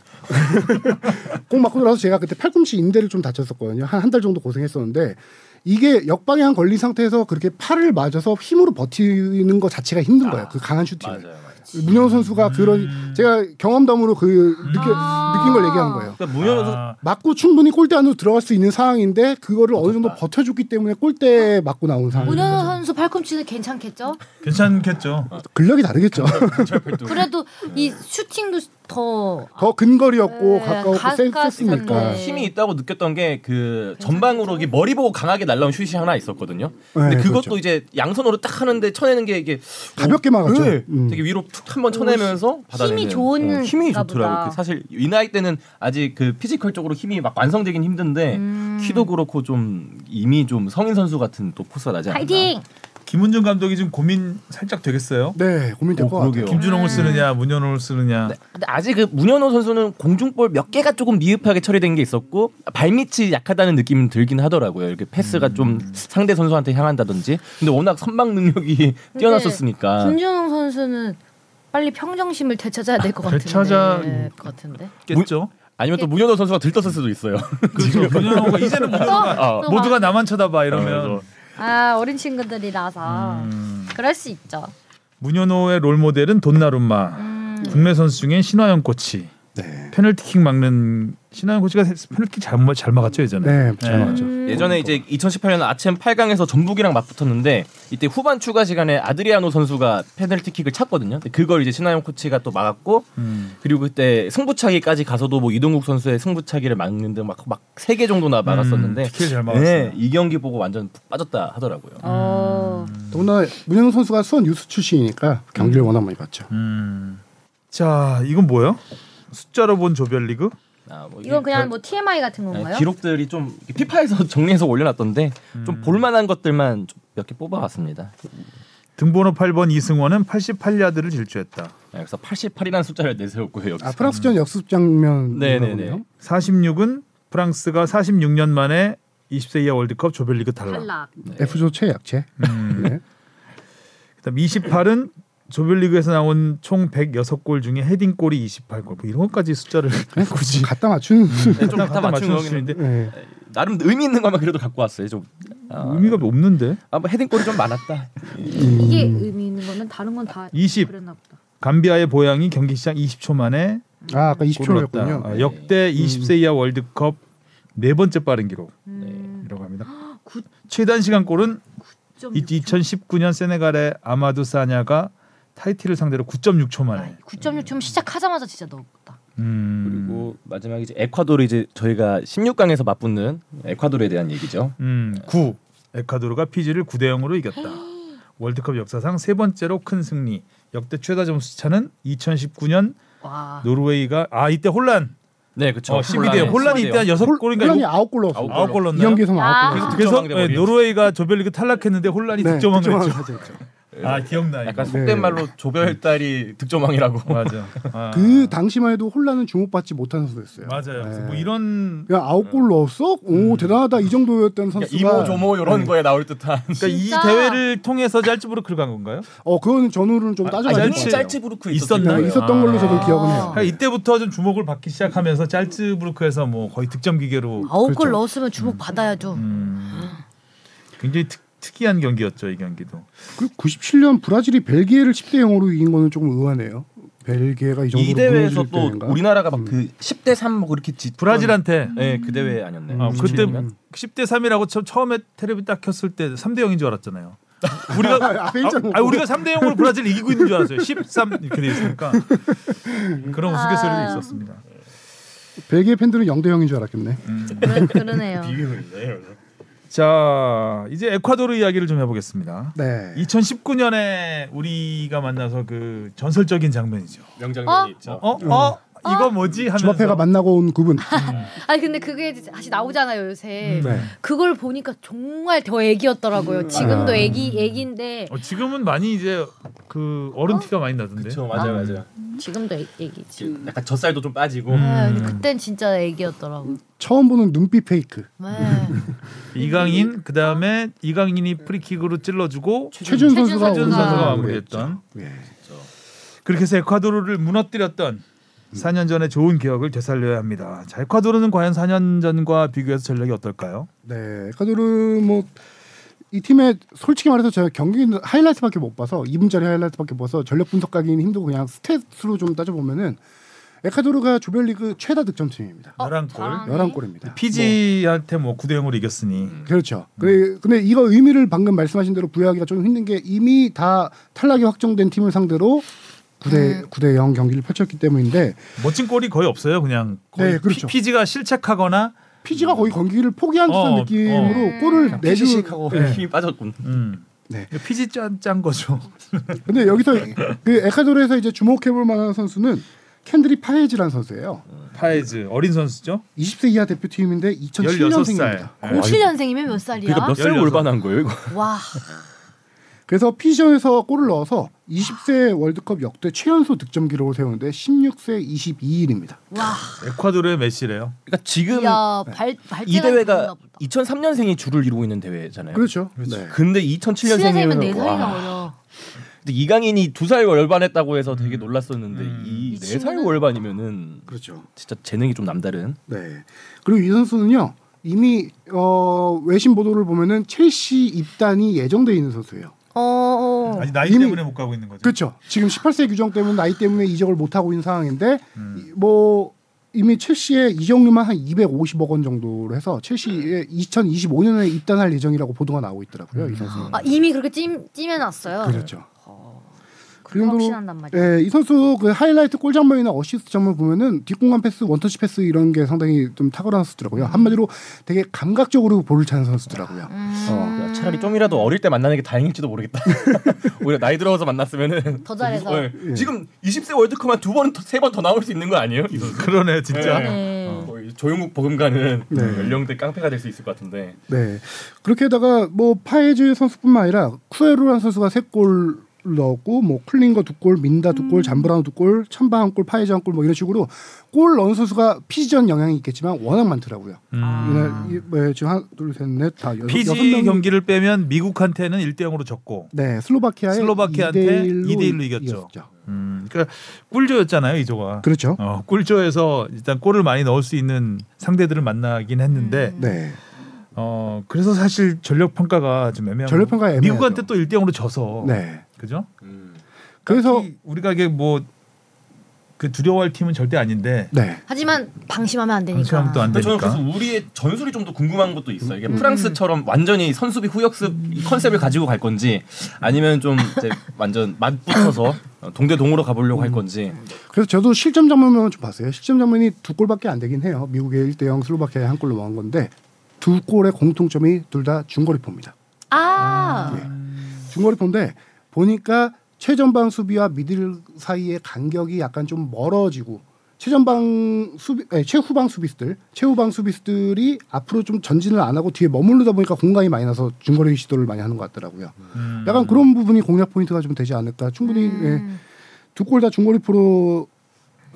D: 공 맞고 들어서 제가 그때 팔꿈치 인대를 좀 다쳤었거든요. 한 한 달 정도 고생했었는데 이게 역방향 걸린 상태에서 그렇게 팔을 맞아서 힘으로 버티는 것 자체가 힘든 거예요. 그 강한 슈팅을.
C: 맞아요. 맞아요.
D: 문영호 선수가 그런 제가 경험담으로 그 느껴,
A: 음. 아.
D: 느낀 걸 얘기한 거예요.
C: 그러니까 문현호 선수
B: 아,
D: 맞고 충분히 골대 안으로 들어갈 수 있는 상황인데 그거를 어느 정도 버텨줬기 때문에 골대에 맞고 나온 상황.
A: 문현우 선수 팔꿈치는 괜찮겠죠?
B: 괜찮겠죠.
C: 네.
D: 근력이 다르겠죠.
C: 그러니까.
D: 네.
A: 그래도 이 슈팅도 더
D: 더 근거리였고
A: 네,
D: 가까웠고 센-
A: 가까웠을
D: 셌으니까.
A: 텐데.
C: 힘이 있다고 느꼈던 게 그 전방으로 이게 머리 보고 강하게 날라온 슛이 하나 있었거든요.
D: 네,
C: 근데 그것도
D: 그렇죠.
C: 이제 양손으로 딱 하는데 쳐내는 게 이게
D: 가볍게 막았죠.
C: 네,
D: 음.
C: 되게 위로 툭 한번 쳐내면서 받아내는
A: 힘이 좋은
C: 어, 힘이
A: 가보다.
C: 좋더라고요. 그 사실 이 나이 때는 아직 그 피지컬적으로 힘이 막 완성되긴 힘든데
A: 음.
C: 키도 그렇고 좀 이미 좀 성인 선수 같은 또 포스가
D: 네.
C: 나지 않나.
A: 파이팅.
B: 김훈준 감독이 지금 고민 살짝 되겠어요.
D: 네 고민될
C: 어,
D: 것 같아요.
A: 음.
C: 그러게요.
B: 김준홍을 쓰느냐 문현호를 쓰느냐.
C: 근데 아직 그 문현호 선수는 공중볼 몇 개가 조금 미흡하게 처리된 게 있었고 발밑이 약하다는 느낌은 들긴 하더라고요. 이렇게 패스가 좀 상대 선수한테 향한다든지. 근데 워낙 선방 능력이 <laughs>
D: 아.
C: 뛰어났었으니까.
A: 김준홍 선수는 빨리 평정심을 되찾아야 될 것 같은데.
B: 되찾아-
D: 음.
A: 것 같은데.
B: 겠죠.
C: 아니면 또 문현호 선수가 들떴을 수도 있어요.
B: <laughs> 그렇죠. 아, 네. 문현호가 이제는 <laughs>
D: 아,
B: 모두가,
C: 어.
A: 또
B: 모두가
A: 막-
B: 나만 쳐다봐 이러면 음.
C: 그래서
A: 아 어린 친구들이라서
D: 음.
A: 그럴 수 있죠.
B: 문현호의 롤 모델은 돈나룸마.
A: 음.
D: 그렇죠.
B: 국내 선수 중엔 신화영 코치.
D: 네.
B: 페널티킥 막는 신화영 코치가 페널티킥 잘, 마- 잘 막았죠 예전에.
D: 네, 잘 맞죠.
A: 음.
C: 예전에 이제 2018년 아침 8강에서 전북이랑 맞붙었는데 이때 후반 추가 시간에 아드리아노 선수가 페널티킥을 찼거든요. 근데 그걸 이제 신하영 코치가 또 막았고
B: 음.
C: 그리고 그때 승부차기까지 가서도 뭐 이동국 선수의 승부차기를 막는데 막막세 개 정도나 막았었는데
B: 음, 특히 잘 막았어요.
C: 네, 이 경기 보고 완전 푹 빠졌다 하더라고요.
A: 어.
D: 더구나 문현 선수가 수원 유스 출신이니까 경기를 워낙 많이 봤죠.
B: 음. 자 이건 뭐예요? 숫자로 본 조별리그?
C: 아, 뭐 이게
A: 이건 그냥
C: 별-
A: 뭐 TMI 같은
C: 아니,
A: 건가요?
C: 기록들이 좀 이렇게 피파에서 <laughs> 정리해서 올려놨던데
B: 음.
C: 좀 볼만한 것들만 몇 개 뽑아왔습니다. 네,
B: 등번호 8번 이승원은 88야드를 질주했다.
C: 아, 그래서 88이라는 숫자를 내세웠고요. 여기서.
D: 아 프랑스전 역습 장면.
C: 네네네.
D: 이거군요.
B: 46은 프랑스가 46년 만에 20세 이하 월드컵 조별리그 탈락.
A: 탈락.
D: F조 최약체.
B: 음.
D: 네.
B: 그다음 28은 조별리그에서 나온 총 106골 중에 헤딩골이 28골. 뭐 이런 것까지 숫자를 굳이 음.
D: 갖다 맞춘.
C: 네, 좀다
B: 갖다
C: 네, 맞춘
B: 맞출
C: 거긴
B: 수
C: 한데
D: 네.
C: 나름 의미 있는 것만 그래도 갖고 왔어요. 좀 아,
B: 의미가 없는데.
C: 아, 뭐 헤딩골이
A: <laughs>
C: 좀 많았다.
A: 음. 이게
C: 음.
A: 의미 있는 거면 다른 건 다
B: 20.
A: 그랬나 보다.
B: 감비아의 보양이 경기 시작 20초 만에
D: 아 아까
B: 골을 넣었다.
D: 20초였군요.
C: 네.
B: 아,
C: 음.
B: 역대 20세 이하 월드컵 네 번째 빠른 기록이라고
C: 네,
A: 음.
B: 합니다.
A: 구-
B: 최단 시간 골은
A: 좀
B: 2019년 세네갈의 아마두 사냐가 타이티를 상대로 9.6초 만에.
A: 9.6점 시작하자마자 진짜 넣었다.
B: 음.
C: 그리고 마지막에 이제 에콰도르 이제 저희가 16강에서 맞붙는 에콰도르에 대한 얘기죠.
B: 음, 9. 에콰도르가 피지를 9대 0으로
A: <gasps>
B: 이겼다. 월드컵 역사상 세 번째로 큰 승리. 역대 최다 점수 차는 2019년
A: 와.
C: 그렇죠.
B: 노르웨이가 아 이때 혼란.
C: 네, 그렇죠.
B: 어, 12대 0. 혼란이 이때 한 여섯
D: 홀-
B: 골인가
D: 혼란이 아홉 골 넣었어요.
C: 아홉
B: 아홉 골
D: 이
B: 넣었나요?
D: 경기에서
A: 아.
D: 아홉 골.
A: 그래서
D: 넣었어요.
B: 그래서
C: 득점왕
B: 예,
C: 돼버린.
B: 노르웨이가 조별리그 탈락했는데 혼란이
D: 네,
B: 득점왕을
D: 득점왕을
B: 했죠.
D: 가져갔죠.
B: 아 기억나 이거.
C: 약간
D: 네.
C: 속된 말로 조별딸이 득점왕이라고.
B: 맞아. 아,
D: 그 당시만 해도 혼란은 주목받지 못한 선수였어요.
B: 맞아요. 그래서
D: 네.
B: 뭐 이런 음.
D: 야 아홉 골 넣었어? 오 대단하다 이 정도였던
C: 그러니까
D: 선수가 네.
C: 이모 조모 이런 거에 나올 듯한.
B: 그러니까 이
A: 진짜.
B: 대회를 통해서 짤집으로 간 건가요?
D: 어 그거는 전후를 좀 따져봐야
B: 아,
D: 될것
B: 짤집-
D: 같아요.
B: 짤집
C: 브루크
B: 있었나?
D: 네, 있었던 걸로 저도 기억은 해요.
B: 그러니까 이때부터 좀 주목을 받기 시작하면서 짤츠부르크에서 뭐 거의 득점 기계로
A: 아홉 골
D: 그렇죠.
A: 넣었으면 주목 받아야죠.
B: 음, 굉장히 특, 특이한 경기였죠 이 경기도.
D: 그 97년 브라질이 벨기에를 10대 0으로 이긴 거는 조금 의아하네요. 벨기에가 이 정도로
C: 이 대회에서
D: 무너질
C: 또
D: 때인가? 음.
C: 우리나라가 막 그 10대 3 뭐 그렇게 지
B: 브라질한테
C: 네, 그 대회 아니었나요?
B: 아, 그때
C: 17년
D: 음.
C: 면?
B: 10대 3이라고 처, 처음에 텔레비 딱 켰을 때 3대 0인 줄 알았잖아요. 우리가
D: <laughs> 아, 페인트
B: 아, 우리가 3대 0으로 브라질 이기고 있는 줄 알았어요. 13 이렇게 돼 있으니까 그런 우스갯소리도
A: 아.
B: 있었습니다.
D: 벨기에 팬들은 0대 0인 줄 알았겠네.
C: <laughs>
A: 그러, 그러네요.
B: 자 이제 에콰도르 이야기를 좀 해보겠습니다.
D: 네.
B: 2019년에 우리가 만나서 그 전설적인 장면이죠.
A: 어?
C: 명장면이 있죠.
B: 어,
D: 음.
B: 어, 이거 뭐지 하면서
D: 주바페가 만나고 온 그분.
A: 아니 근데 그게 이제 다시 나오잖아요 요새.
C: 음.
D: 네.
A: 그걸 보니까 정말 더 애기였더라고요. 지금도
B: 아.
C: 음.
A: 애기 애기인데
B: 어, 지금은 많이 이제 그 어른 티가 많이 나던데.
C: 그렇죠, 맞아요, 맞아요.
A: 음. 지금도 애, 애기지.
C: 지금 약간 젖살도 좀 빠지고
A: 네, 근데 그땐 진짜 애기였더라고.
D: 처음 보는 눈빛 페이크.
A: 네.
B: 이강인 그 다음에 이강인이 프리킥으로 찔러주고
D: 최준 선수가
A: 최준
B: 최준 선수가
A: 아.
B: 마무리했던
D: 예.
B: 그렇게 해서 에콰도르를 무너뜨렸던 4년 전의 좋은 기억을 되살려야 합니다. 자, 에콰도르는 과연 4년 전과 비교해서 전략이 어떨까요?
D: 네, 에콰도르 뭐이 팀의 솔직히 말해서 제가 경기 하이라이트밖에 못 봐서 2분짜리 하이라이트밖에 못 봐서 전력 분석하기는 힘들고 그냥 스탯으로 좀 따져보면은 에콰도르가 조별리그 최다 득점팀입니다.
A: 어,
B: 11골.
D: 아,
A: 잘하네.
D: 11골입니다.
B: 피지한테 뭐 9대 0으로 이겼으니
D: 그렇죠. 그래, 근데 이거 의미를 방금 말씀하신 대로 부여하기가 좀 힘든 게 이미 다 탈락이 확정된 팀을 상대로 9대 9대 0 경기를 펼쳤기 때문인데
B: 멋진 골이 거의 없어요. 그냥 거의
D: 네, 그렇죠.
B: 피, 지가 실책하거나
D: 피지가 거의 경기를 포기한 듯한
B: 어,
D: 느낌으로 골을 내주
C: 내주식하고 힘이 빠졌군.
B: 음.
D: 네.
B: 피지 짠, 짠 거죠.
D: 근데 여기서 그 에콰도르에서 이제 주목해볼 만한 선수는 캔드리 파헤즈라는 선수예요.
B: 파에즈 어린 선수죠.
D: 20세 이하 대표팀인데 2007년생입니다.
A: 어, 07년생이면 몇 살이야?
C: 그러니까 몇 살
B: 16.
C: 올반한 거예요? 이거?
A: 와.
D: 그래서 피지에서 골을 넣어서 20세 월드컵 역대 최연소 득점 기록을 세우는데 16세 22일입니다.
A: 와.
B: 에콰도르의 메시래요.
C: 그러니까 지금
A: 야, 발 발재간
C: 이 대회가
A: 보다.
C: 2003년생이 주를 이루고 있는 대회잖아요.
D: 그렇죠. 네.
C: 근데
A: 친해지면 네
C: 2007년생이면
A: 살이나 어려.
C: 근데 이강인이 두 살 월반했다고 해서 되게 놀랐었는데 이
A: 이
C: 네 살
A: 친구는-
C: 월반이면은
D: 그렇죠.
C: 진짜 재능이 좀 남다른.
D: 네. 그리고 이 선수는요. 이미 어, 외신 보도를 보면은 첼시 입단이 예정돼 있는 선수예요.
A: 어, 어.
B: 아직 나이
D: 이미-
B: 때문에 못 가고 있는 거죠.
D: 그렇죠. 지금 18세 규정 때문에 나이 때문에 이적을 못 하고 있는 상황인데 이- 뭐 이미 첼시의 이적료만 한 250억 원 정도로 해서 첼시에 2025년에 입단할 예정이라고 보도가 나오고 있더라고요. 이 선수.
A: 아, 이미 그렇게 찜 찜해놨어요.
D: 그렇죠.
A: 그렇게 확신한단 말이야.
D: 예, 이 선수 그 하이라이트 골 장면이나 어시스트 장면 보면은 뒷공간 패스, 원터치 패스 이런 게 상당히 좀 탁월한 선수더라고요. 한마디로 되게 감각적으로 볼을 차는 선수더라고요.
A: 음.
D: 어.
B: 그러니까
C: 야, 그러니까 차라리 좀이라도 어릴 때 만나는 게 다행일지도 모르겠다. <laughs> 오히려 나이 들어서 만났으면은
A: 더 잘해서.
C: 네. 지금 20세 월드컵만 두 번, 세 번 더 나올 수 있는 거 아니에요? 이
A: 음.
C: 선수?
B: 그러네 진짜.
C: 네.
A: 네.
C: 거의 조용국 버금가는 연령대 깡패가 될 수 있을 것 같은데.
D: 네. 그렇게다가 뭐 파에즈 선수뿐만 아니라 쿠에로라는 선수가 세골 넣었고 뭐 클린거 두 골, 민다 두
B: 음.
D: 골, 잠브라운 두 골, 참바 한 골, 파에즈 한 골 뭐 이런 식으로 골 넣은 선수가 피지전 영향이 있겠지만 워낙 많더라고요.
B: 음.
D: 이날 이, 뭐, 지금 하나 둘셋넷다 여섯 여섯
B: 피지
D: 명
B: 경기를 빼면 미국한테는 1대 0으로 졌고.
D: 네, 슬로바키아에
B: 슬로바키아한테
D: 2대1로,
B: 2대1로 이겼죠. 음, 그러니까 꿀조였잖아요 이조가.
D: 그렇죠.
B: 어, 꿀조에서 일단 골을 많이 넣을 수 있는 상대들을 만나긴 했는데
D: 네.
B: 어 그래서 사실 전력 평가가 좀 애매하고
D: 전력 평가가 애매하죠.
B: 미국한테 또 1대 0으로 져서
D: 네.
B: 그죠?
A: 음.
D: 그래서
B: 특히 우리가 이게 뭐 그 두려워할 팀은 절대 아닌데
D: 네.
A: 하지만 방심하면 안 되니까.
B: 방심하면 또안
C: 근데 저는
B: 되니까.
C: 그래서 우리의 전술이 좀 더 궁금한 것도 있어요. 이게 프랑스처럼 완전히 선수비 후역습 이 컨셉을 가지고 갈 건지 아니면 좀 이제 완전 맞붙어서 어, 동대동으로 가보려고
B: 음.
C: 할 건지.
D: 그래서 저도 실점 장면만 좀 봤어요. 실점 장면이 두 골밖에 안 되긴 해요. 미국의 1대 0, 슬로바키아에 한 골로 먹은 건데 두 골의 공통점이 둘 다 중거리포입니다.
A: 아.
D: 중거리포인데 보니까 최전방 수비와 미들 사이의 간격이 약간 좀 멀어지고 최전방 수비 에, 최후방 수비수들, 최후방 수비수들이 앞으로 좀 전진을 안 하고 뒤에 머무르다 보니까 공간이 많이 나서 중거리 시도를 많이 하는 것 같더라고요.
B: 음.
D: 약간 그런 부분이 공략 포인트가 좀 되지 않을까. 충분히 예, 두골 다 중거리 프로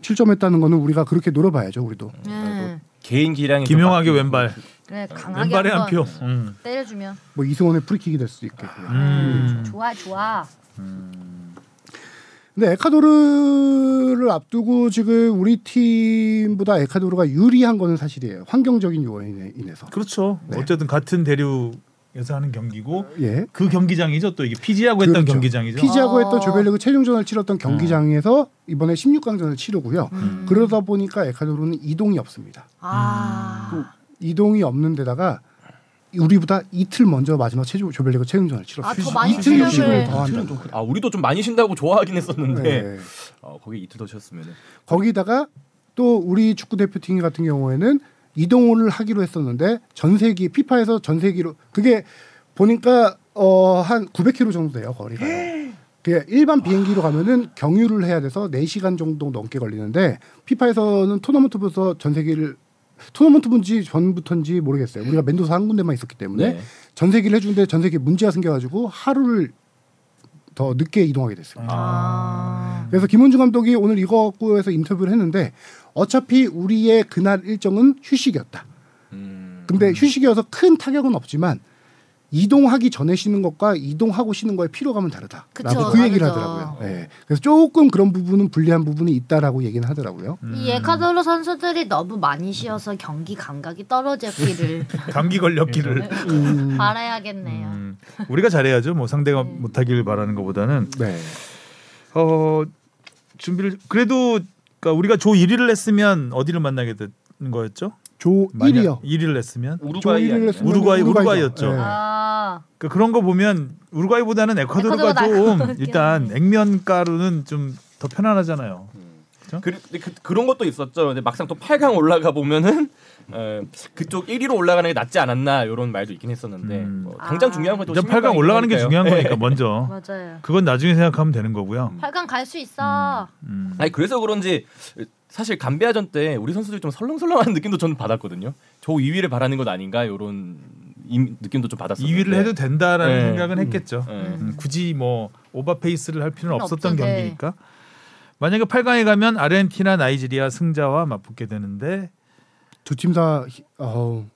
D: 7점했다는 거는 우리가 그렇게 노려봐야죠, 우리도.
B: 예.
A: 네.
C: 개인 기량이 좀
B: 김용학의
C: 바뀌고.
B: 왼발,
A: 그래 음. 강하게
B: 왼발에 한
A: 아, 한번
B: 표. 음.
A: 때려주면
D: 뭐 이승원의 프리킥이 될 수도 있겠고요.
B: 음.
A: 좋아 좋아.
D: 근데 에콰도르를 네, 앞두고 지금 우리 팀보다 에콰도르가 유리한 거는 사실이에요. 환경적인 요인에 인해서.
B: 그렇죠.
D: 네.
B: 어쨌든 같은 대륙에서 하는 경기고
D: 예.
B: 그 경기장이죠. 또 이게 피지하고 했던
D: 그렇죠.
B: 경기장이죠.
D: 피지하고
A: 어.
D: 했던 조별리그 최종전을 치렀던 경기장에서 이번에 16강전을 치르고요. 그러다 보니까 에콰도르는 이동이 없습니다.
A: 아.
D: 이동이 없는 데다가 우리보다 이틀 먼저 마지막 최종 조별리그 최종전을
A: 아, 더
D: 치렀어요.
A: 많이
D: 이틀
A: 훈련을-
D: 휴식을 더한다는 거예요.
C: 아 우리도 좀 많이 쉰다고 좋아하긴 했었는데
D: 네.
C: 어, 거기 이틀 더 쉬었으면.
D: 거기다가 또 우리 축구 대표팀 같은 경우에는 이동호를 하기로 했었는데 전세기 피파에서 전세기로 그게 보니까 어한 900km 정도 돼요 거리가. 그 일반 비행기로 가면은 경유를 해야 돼서 4시간 정도 넘게 걸리는데 피파에서는 토너먼트부터 전세기를 토너먼트 분지 전부터인지 모르겠어요. 우리가 멘도사 한 군데만 있었기 때문에
C: 네.
D: 전세기를 해주는데 전세기 문제가 생겨가지고 하루를 더 늦게 이동하게 됐어요.
A: 아.
D: 그래서 김은주 감독이 오늘 이거 갖고 해서 인터뷰를 했는데 어차피 우리의 그날 일정은 휴식이었다.
C: 음.
D: 근데 휴식이어서 큰 타격은 없지만 이동하기 전에 쉬는 것과 이동하고 쉬는 거의 피로감은 다르다라고
A: 그쵸,
D: 그 얘기를
A: 다르죠.
D: 하더라고요. 예. 그래서 조금 그런 부분은 불리한 부분이 있다라고 얘기는 하더라고요.
B: 음.
A: 이 에콰도르 선수들이 너무 많이 쉬어서 경기 감각이
B: <laughs>
A: 떨어졌기를
B: 감기
A: 네.
B: 걸렸기를.
A: 음.
D: 음.
A: 바라야겠네요. 네.
B: 음, 우리가 잘해야죠. 뭐 상대가 못하길 바라는 것보다는
D: 네.
B: 어 준비를 그래도 그러니까 우리가 조 1위를 했으면 어디를 만나게 되는 거였죠?
D: 조 1위요.
B: 1위를 했으면
C: 우루과이
D: 조 1위를
C: 아니에요?
D: 했으면
B: 우루과이,
D: 우루과이죠.
B: 우루과이였죠.
D: 예.
A: 아,
B: 그런거 보면 우루과이보다는 에콰도르가
A: 에콰도르가 나을 것
B: 좀
A: 같긴
B: 일단
A: 하네.
B: 액면가로는 좀 더 편안하잖아요.
C: 그, 근데 그, 그런 것도 있었죠. 근데 막상 또 8강 올라가 보면은 어, 그쪽 1위로 올라가는 게 낫지 않았나 이런 말도 있긴 했었는데
B: 음.
C: 뭐, 당장
A: 아.
C: 중요한 건또
B: 이제 8강 올라가는 게 중요한 거니까
A: 네.
B: 먼저
A: 맞아요.
B: 그건 나중에 생각하면 되는 거고요.
A: 8강 갈 수 있어.
B: 음.
C: 아니 그래서 그런지 사실 감비아전 때 우리 선수들이 좀 설렁설렁하는 느낌도 저는 받았거든요. 저 2위를 바라는 건 아닌가 이런 임- 느낌도 좀 받았어요.
B: 2위를 해도 된다라는
C: 네.
B: 생각은 했겠죠. 음, 굳이 뭐 오버페이스를 할 필요는 없었던
A: 없죠, 네.
B: 경기니까. 만약에 8강에 가면 아르헨티나, 나이지리아 승자와 맞붙게 되는데
D: 두 팀 다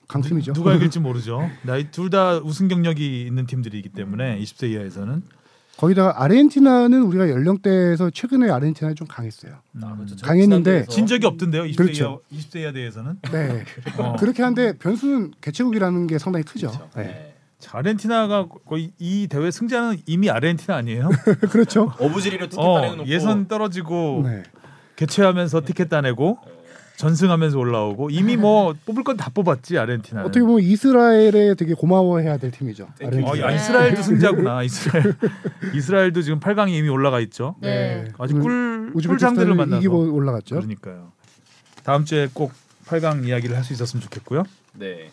D: 강팀이죠.
B: 누가 이길지 모르죠. 나이 둘 다 우승 경력이 있는 팀들이기 때문에 20세 이하에서는
D: <laughs> 거기다가 아르헨티나는 우리가 연령대에서 최근에 아르헨티나 좀 강했어요.
C: 그렇죠.
D: 강했는데
B: 진 적이 없던데요. 20세
D: 그렇죠.
B: 이하 20세 이하 대회에서는 <laughs>
D: 네.
B: 어.
D: 그렇게 한데 변수는 개최국이라는 게 상당히 크죠.
B: 그렇죠.
D: 네.
B: 자, 아르헨티나가 거의 이 대회 승자는 이미 아르헨티나 아니에요?
D: 그렇죠.
C: 어부지리로 티켓
B: 어,
C: 따내놓고
B: 예선 떨어지고
D: 네.
B: 개최하면서 티켓 따내고 전승하면서 올라오고 이미 뭐 뽑을 건 다 뽑았지 아르헨티나는.
D: 어떻게 보면 이스라엘에 되게 고마워해야 될 팀이죠.
B: 어,
D: 아르헨티나.
B: 야, 이스라엘도 승자구나. 이스라엘 <laughs> 이스라엘도 지금 8강에 이미 올라가 있죠.
A: 네.
B: 아주 꿀
D: 우즈베키스탄을
B: 꿀장들을 만나서
D: 이기고 올라갔죠.
B: 그러니까요. 다음 주에 꼭 8강 이야기를 할 수 있었으면 좋겠고요.
C: 네.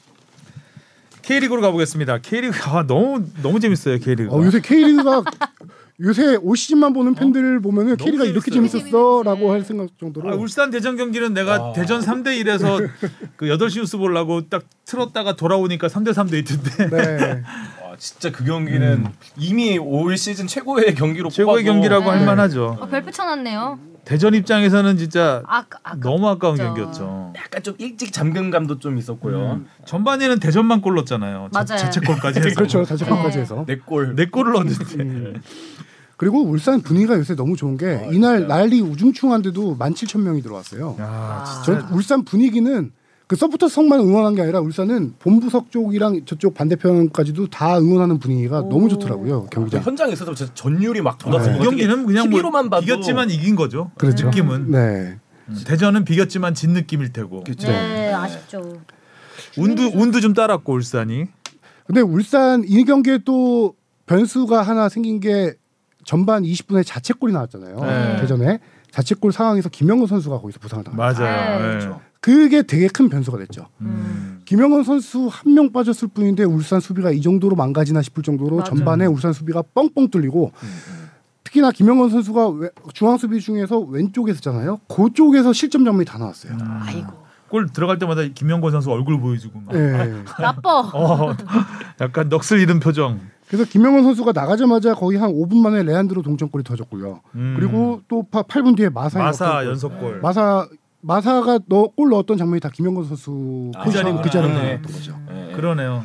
B: K리그로 가보겠습니다. K리그 아, 너무 너무 재밌어요. K리그.
D: 어, 요새 K리그가 <laughs> 요새 올 시즌만 보는 팬들을 보면은 K리그가 이렇게
B: 어? 재밌어요.
D: 재밌었어라고 할 생각 정도로
B: 아, 울산 대전 경기는 내가
C: 아.
B: 대전 3대 1에서 그 8시 뉴스 보려고 딱 틀었다가 돌아오니까 3대 3돼 있던데. <laughs>
D: 네.
C: 와, 진짜 그 경기는 이미 올 시즌 최고의 경기로
B: 음. 최고의
C: 뽑아서
B: 경기라고 할
A: 네.
B: 만하죠.
A: 어, 별 붙여놨네요.
B: 대전 입장에서는 진짜
A: 아, 아
B: 너무 아까운
A: 진짜.
B: 경기였죠.
C: 약간 좀 일찍 잠근감도 좀 있었고요.
B: 음. 전반에는 대전만 골 넣었잖아요. 자-
A: 맞아요.
B: 자책골까지 해서.
D: 음. <laughs> 그렇죠. 음. 자책방까지 해서.
C: 내골
B: 네 골을 넣었는데.
D: 그리고 울산 분위기가 요새 너무 좋은 게 이날 난리 우중충한데도 17,000명이 들어왔어요.
B: 아,
D: 전
B: 진짜
D: 울산 분위기는 그 서포터 성만 응원한 게 아니라 울산은 본부석 쪽이랑 저쪽 반대편까지도 다 응원하는 분위기가 너무 좋더라고요
C: 아,
D: 경기장.
C: 현장에서도 진짜 전율이 막 돋았어요.
B: 아, 이 경기는 그냥 뭐
C: TV로만 봐도
B: 비겼지만 이긴 거죠.
D: 그렇죠.
B: 느낌은
D: 네.
B: 음, 대전은 비겼지만 진 느낌일 테고.
C: 그렇죠.
A: 네, 아쉽죠.
B: 운도 운도 좀 따랐고 울산이.
D: 근데 울산 이 경기에 또 변수가 하나 생긴 게 전반 20분에 자책골이 나왔잖아요.
B: 네.
D: 대전에 자책골 상황에서 김영건 선수가 거기서 부상을 당했어요.
B: 맞아요.
A: 네,
B: 예.
C: 그렇죠.
D: 그게 되게 큰 변수가 됐죠.
B: 음.
D: 김영건 선수 한 명 빠졌을 뿐인데 울산 수비가 이 정도로 망가지나 싶을 정도로
A: 맞아요.
D: 전반에 울산 수비가 뻥뻥 뚫리고 특히나 김영건 선수가 왜- 중앙 수비 중에서 왼쪽에 서잖아요. 그쪽에서 실점 장면이 다 나왔어요.
A: 아이고.
B: 골 들어갈 때마다 김영권 선수 얼굴 보여주고 막.
D: 예.
A: 나빠.
B: 어, <laughs> 약간 넋을 잃은 표정.
D: 그래서 김영건 선수가 나가자마자 거의 한 5분 만에 레안드로 동점골이 터졌고요.
B: 음.
D: 그리고 또 8분 뒤에 마사
B: 마사 연속골.
D: 마사 마사가 넣- 골 넣었던 장면이 다 김영건 선수
C: 아,
D: 포지션
B: 그
D: 그
B: 자리구나.
D: 자리에
B: 네.
D: 있던 거죠.
C: 예.
B: 그러네요.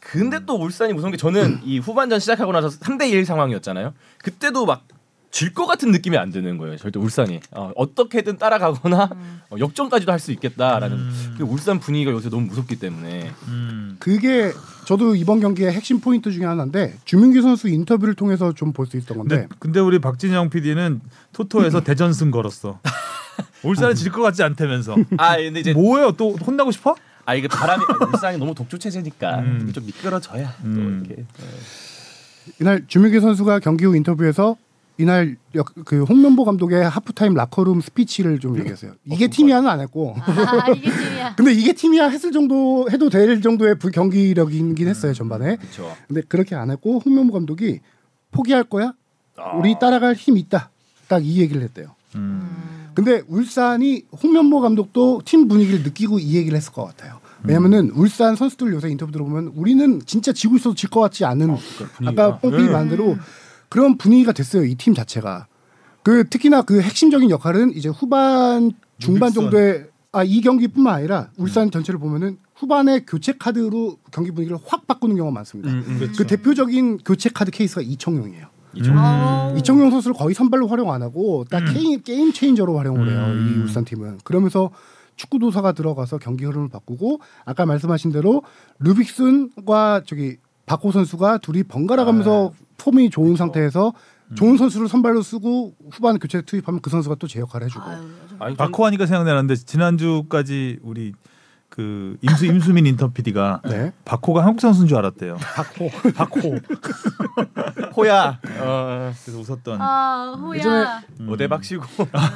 C: 근데 또 울산이 무서운 게 저는 이 후반전 시작하고 나서 3대 1 상황이었잖아요. 그때도 막 질 것 같은 느낌이 안 드는 거예요. 절대 울산이 어, 어떻게든 따라가거나
D: 음.
C: 어, 역전까지도 할 수 있겠다라는 그 울산 분위기가 요새 너무 무섭기 때문에
B: 음.
D: 그게 저도 이번 경기의 핵심 포인트 중에 하나인데 주민규 선수 인터뷰를 통해서 좀 볼 수 있었던
B: 근데
D: 건데
B: 근데 우리 박진영 PD는
D: 음.
B: 토토에서 대전승
D: <laughs>
B: 걸었어. 울산은 질 것 같지 않다면서.
D: 음.
C: 아 근데 이제
B: 뭐예요? 또 혼나고 싶어?
C: 아 이게
D: <laughs>
C: 바람이 울산이 너무 독주 체제니까
B: 음.
C: 좀 미끄러져야
B: 음.
C: 또 이렇게 네.
D: 이날 주민규 선수가 경기 후 인터뷰에서 이날 역, 그 홍명보 감독의 하프타임 라커룸 스피치를 좀 얘기하세요. 이게 팀이야는 안 했고.
A: 아 이게 팀이야.
D: 근데 이게 팀이야 했을 정도 해도 될 정도의 불- 경기력이긴 했어요 전반에.
C: 그렇죠.
D: 근데 그렇게 안 했고 홍명보 감독이 포기할 거야. 우리 따라갈 힘 있다. 딱 이 얘기를 했대요. 근데 울산이 홍명보 감독도 팀 분위기를 느끼고 이 얘기를 했을 것 같아요. 왜냐면은 울산 선수들 요새 인터뷰 들어보면 우리는 진짜 지고 있어도 질 것 같지 않은 아까 뽕필이 말한 대로 그런 분위기가 됐어요 이 팀 자체가. 그 특히나 그 핵심적인 역할은 이제 후반 중반
B: 울산.
D: 정도에 아 이 경기뿐만 아니라 울산 전체를 보면은 후반에 교체 카드로 경기 분위기를 확 바꾸는 경우가
C: 음,
B: 음,
D: 많습니다.
C: 그렇죠.
D: 그
B: 그렇죠.
D: 대표적인 교체 카드 케이스가 이청용이에요.
A: 아우.
D: 음, 이청용 선수를 거의 선발로 활용 안 하고 딱 게임, 게임 체인저로 활용을 해요 이 울산 팀은 그러면서 축구 도사가 들어가서 경기 흐름을 바꾸고 아까 말씀하신 대로 루빅슨과 저기 박호 선수가 둘이 번갈아 가면서 폼이 좋은 상태에서 좋은 선수를 선발로 쓰고 후반 교체 투입하면 그 선수가 또 제 역할을 해주고
A: 아유,
C: 아니, 전-
B: 바코 하니까 생각나는데 지난주까지 우리 그 임수 임수민 인턴 PD가
D: 네
B: 바코가 한국 선수인 줄 알았대요.
D: 박호
B: 바코
C: 호야 어,
B: 그래서 웃었던
A: 아 호야.
D: 예전에-
C: 오대박시고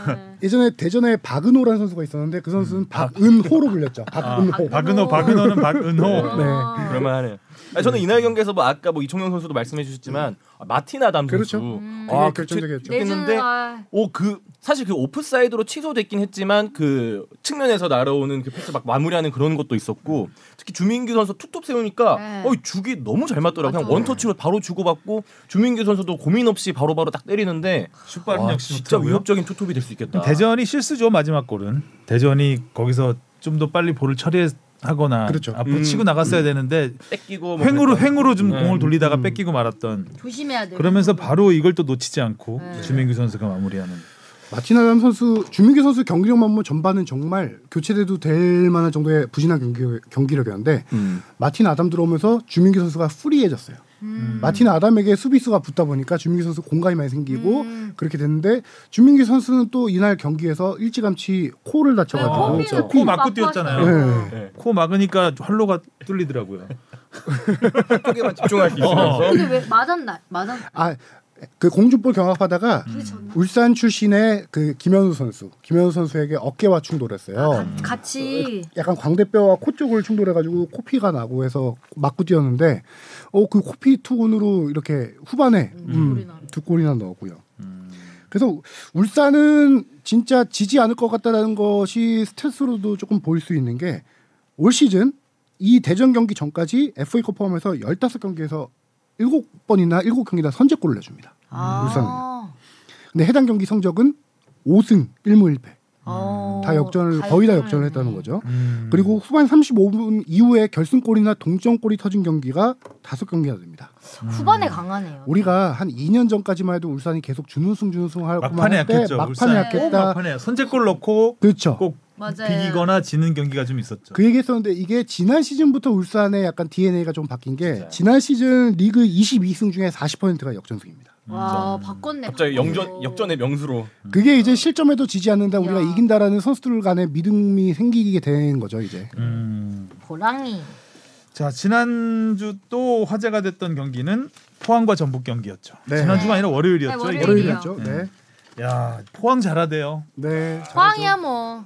A: 네.
D: 예전에 대전에 박은호라는 선수가 있었는데 그 선수는 박은호로 불렸죠
B: 아.
D: 박은호
B: 박은호 박은호는 박은호
D: 네.
A: 어.
C: 아, 그럴만하네요. 아니,
D: 음.
C: 저는 이날 경기에서 뭐 아까 뭐 이청용 선수도 말씀해 주셨지만 아, 마틴 아담 선수
D: 그렇죠.
C: 아
D: 그게 결정적이었죠.
C: 했는데
A: 내준- 아,
C: 오 그 사실 그 오프사이드로 취소됐긴 했지만 그 측면에서 날아오는 그 패스 막 마무리하는 그런 것도 있었고 특히 주민규 선수 툭툭 세우니까
A: 네.
C: 어이 주기 너무 잘 맞더라고 그냥
A: 맞아요.
C: 원터치로 바로 주고받고 주민규 선수도 고민 없이 바로바로 딱 때리는데
B: 슛발은
C: 와,
B: 역시
C: 진짜
B: 좋더라고요.
C: 위협적인 투톱이 될 수 있겠다.
B: 대전이 실수죠 마지막 골은 대전이 거기서 좀 더 빨리 볼을 처리하거나
D: 그렇죠.
B: 앞으로
C: 음,
B: 치고 나갔어야 되는데
C: 뺏기고 뭐
B: 횡으로
C: 그랬다.
B: 횡으로 좀
C: 네.
B: 공을 돌리다가 뺏기고 말았던
D: 네.
A: 조심해야 돼.
B: 그러면서 바로 이걸 또 놓치지 않고
A: 네.
B: 주민규 선수가 마무리하는
D: 마티나담 선수, 주민규 선수 경기력만 보면 전반은 정말 교체돼도 될 만한 정도의 부진한 경기, 경기력이었는데
C: 음.
D: 마틴 아담 들어오면서 주민규 선수가 프리해졌어요.
A: 음.
D: 마틴 아담에게 수비수가 붙다 보니까 주민규 선수 공간이 많이 생기고
A: 음.
D: 그렇게 됐는데 주민규 선수는 또 이날 경기에서 일찌감치 코를 다쳐가지고
A: 네,
C: 아,
A: 코피는
C: 그렇죠.
B: 코 막고 뛰었잖아요.
A: 바꿔서.
C: 네.
B: 코 막으니까 활로가 뚫리더라고요.
D: 네.
C: 한쪽에만 집중할 수
B: 어.
C: 있어서
A: 근데 왜 맞았나? 맞았.
D: 아 그 공중볼 경합하다가
A: 부딪혔나?
D: 울산 출신의 그 김현우 선수, 김현우 선수에게 어깨와
A: 아,
D: 충돌했어요.
A: 같이
D: 약간 광대뼈와 코 쪽을 충돌해가지고 코피가 나고 해서 맞고 뛰었는데 어 그 코피 투군으로 이렇게 후반에
A: 음,
D: 음,
A: 골이나.
D: 두 골이나 넣었고요. 그래서 울산은 진짜 지지 않을 것 같다라는 것이 스탯으로도 조금 보일 수 있는 게 올 시즌 이 대전 경기 전까지 FA컵 포함해서 15경기에서 7번이나 7경기 다 선제골을 내줍니다.
A: 아.
D: 울산. 근데 해당 경기 성적은 5승 1무 1패.
A: 어,
D: 다 역전을 거의 다 역전을 했다는
A: 음.
D: 거죠.
B: 음.
D: 그리고 후반 35분 이후에 결승골이나 동점골이 터진 경기가 다섯 경기가 됩니다.
A: 음. 후반에 강하네요.
D: 우리가 한 2년 전까지만 해도 울산이 계속 준우승 준우승 하고
B: 막판에 약했죠.
D: 막판에
B: 울산. 꼭
D: 약했다.
B: 어, 막판에 선제골 넣고
D: 그렇죠.
B: 꼭
A: 맞아요.
B: 비기거나 지는 경기가 좀 있었죠.
D: 그 얘기했었는데 이게 지난 시즌부터 울산의 약간 DNA가 좀 바뀐 게 지난 시즌 리그 22승 중에 40%가 역전승입니다.
A: 와 바꿨네.
C: 갑자기
A: 바꿔.
C: 영전 역전의 명수로
D: 그게 이제 실점에도 지지 않는다 우리가
A: 음. 야.
D: 이긴다라는 선수들 간의 믿음이 생기게 된 거죠 이제.
B: 음.
A: 호랑이.
B: 자 지난주 또 화제가 됐던 경기는 포항과 전북 경기였죠.
D: 네.
B: 지난주가 아니라 월요일이었죠.
A: 네, 음. 월요일이요.
B: 이거.
D: 월요일 같죠. 네.
B: 야 포항 잘하대요.
D: 네. 잘하죠.
A: 호랑이야 뭐.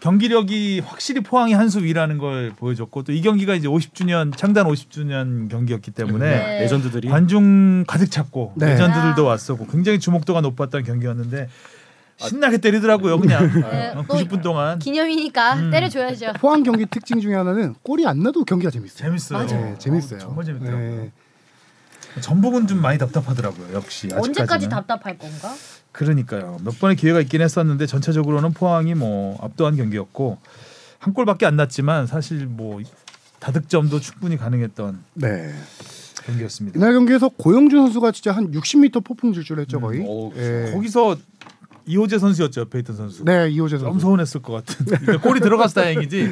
B: 경기력이 확실히 포항이 한 수 위라는 걸 보여줬고 또 이 경기가 이제 50주년 창단 50주년 경기였기 때문에
A: 네.
C: 레전드들이
B: 관중 가득 찼고
D: 네.
B: 레전드들도 왔었고 굉장히 주목도가 높았던 경기였는데
D: 아,
B: 신나게 때리더라고요
A: 네,
B: 그냥 어,
A: 또
B: 90분 동안
A: 기념이니까
D: 음.
A: 때려줘야죠.
D: 포항 경기 특징 중에 하나는 골이 안 나도 경기가 재밌어요.
B: 재밌어요.
D: 네, 재밌어요.
B: 어, 정말 재밌더라고요.
D: 네.
B: 전북은 좀 많이 답답하더라고요. 역시
A: 언제까지
B: 아직까지는.
A: 답답할 건가?
B: 그러니까요. 몇 번의 기회가 있긴 했었는데 전체적으로는 포항이 뭐 압도한 경기였고 한 골밖에 안 났지만 사실 뭐 다득점도 충분히 가능했던
D: 네.
B: 경기였습니다.
D: 이날 경기에서 고영준 선수가 진짜 한 60m 폭풍 질주했죠 를 거의.
C: 어우,
D: 예.
B: 음. 거기서 이호재 선수였죠 옆에 있던 선수.
D: 네 이호재
B: 너무
D: 선수.
B: 서운했을 것 같은. 그러니까 <laughs> 골이 들어가서 다행이지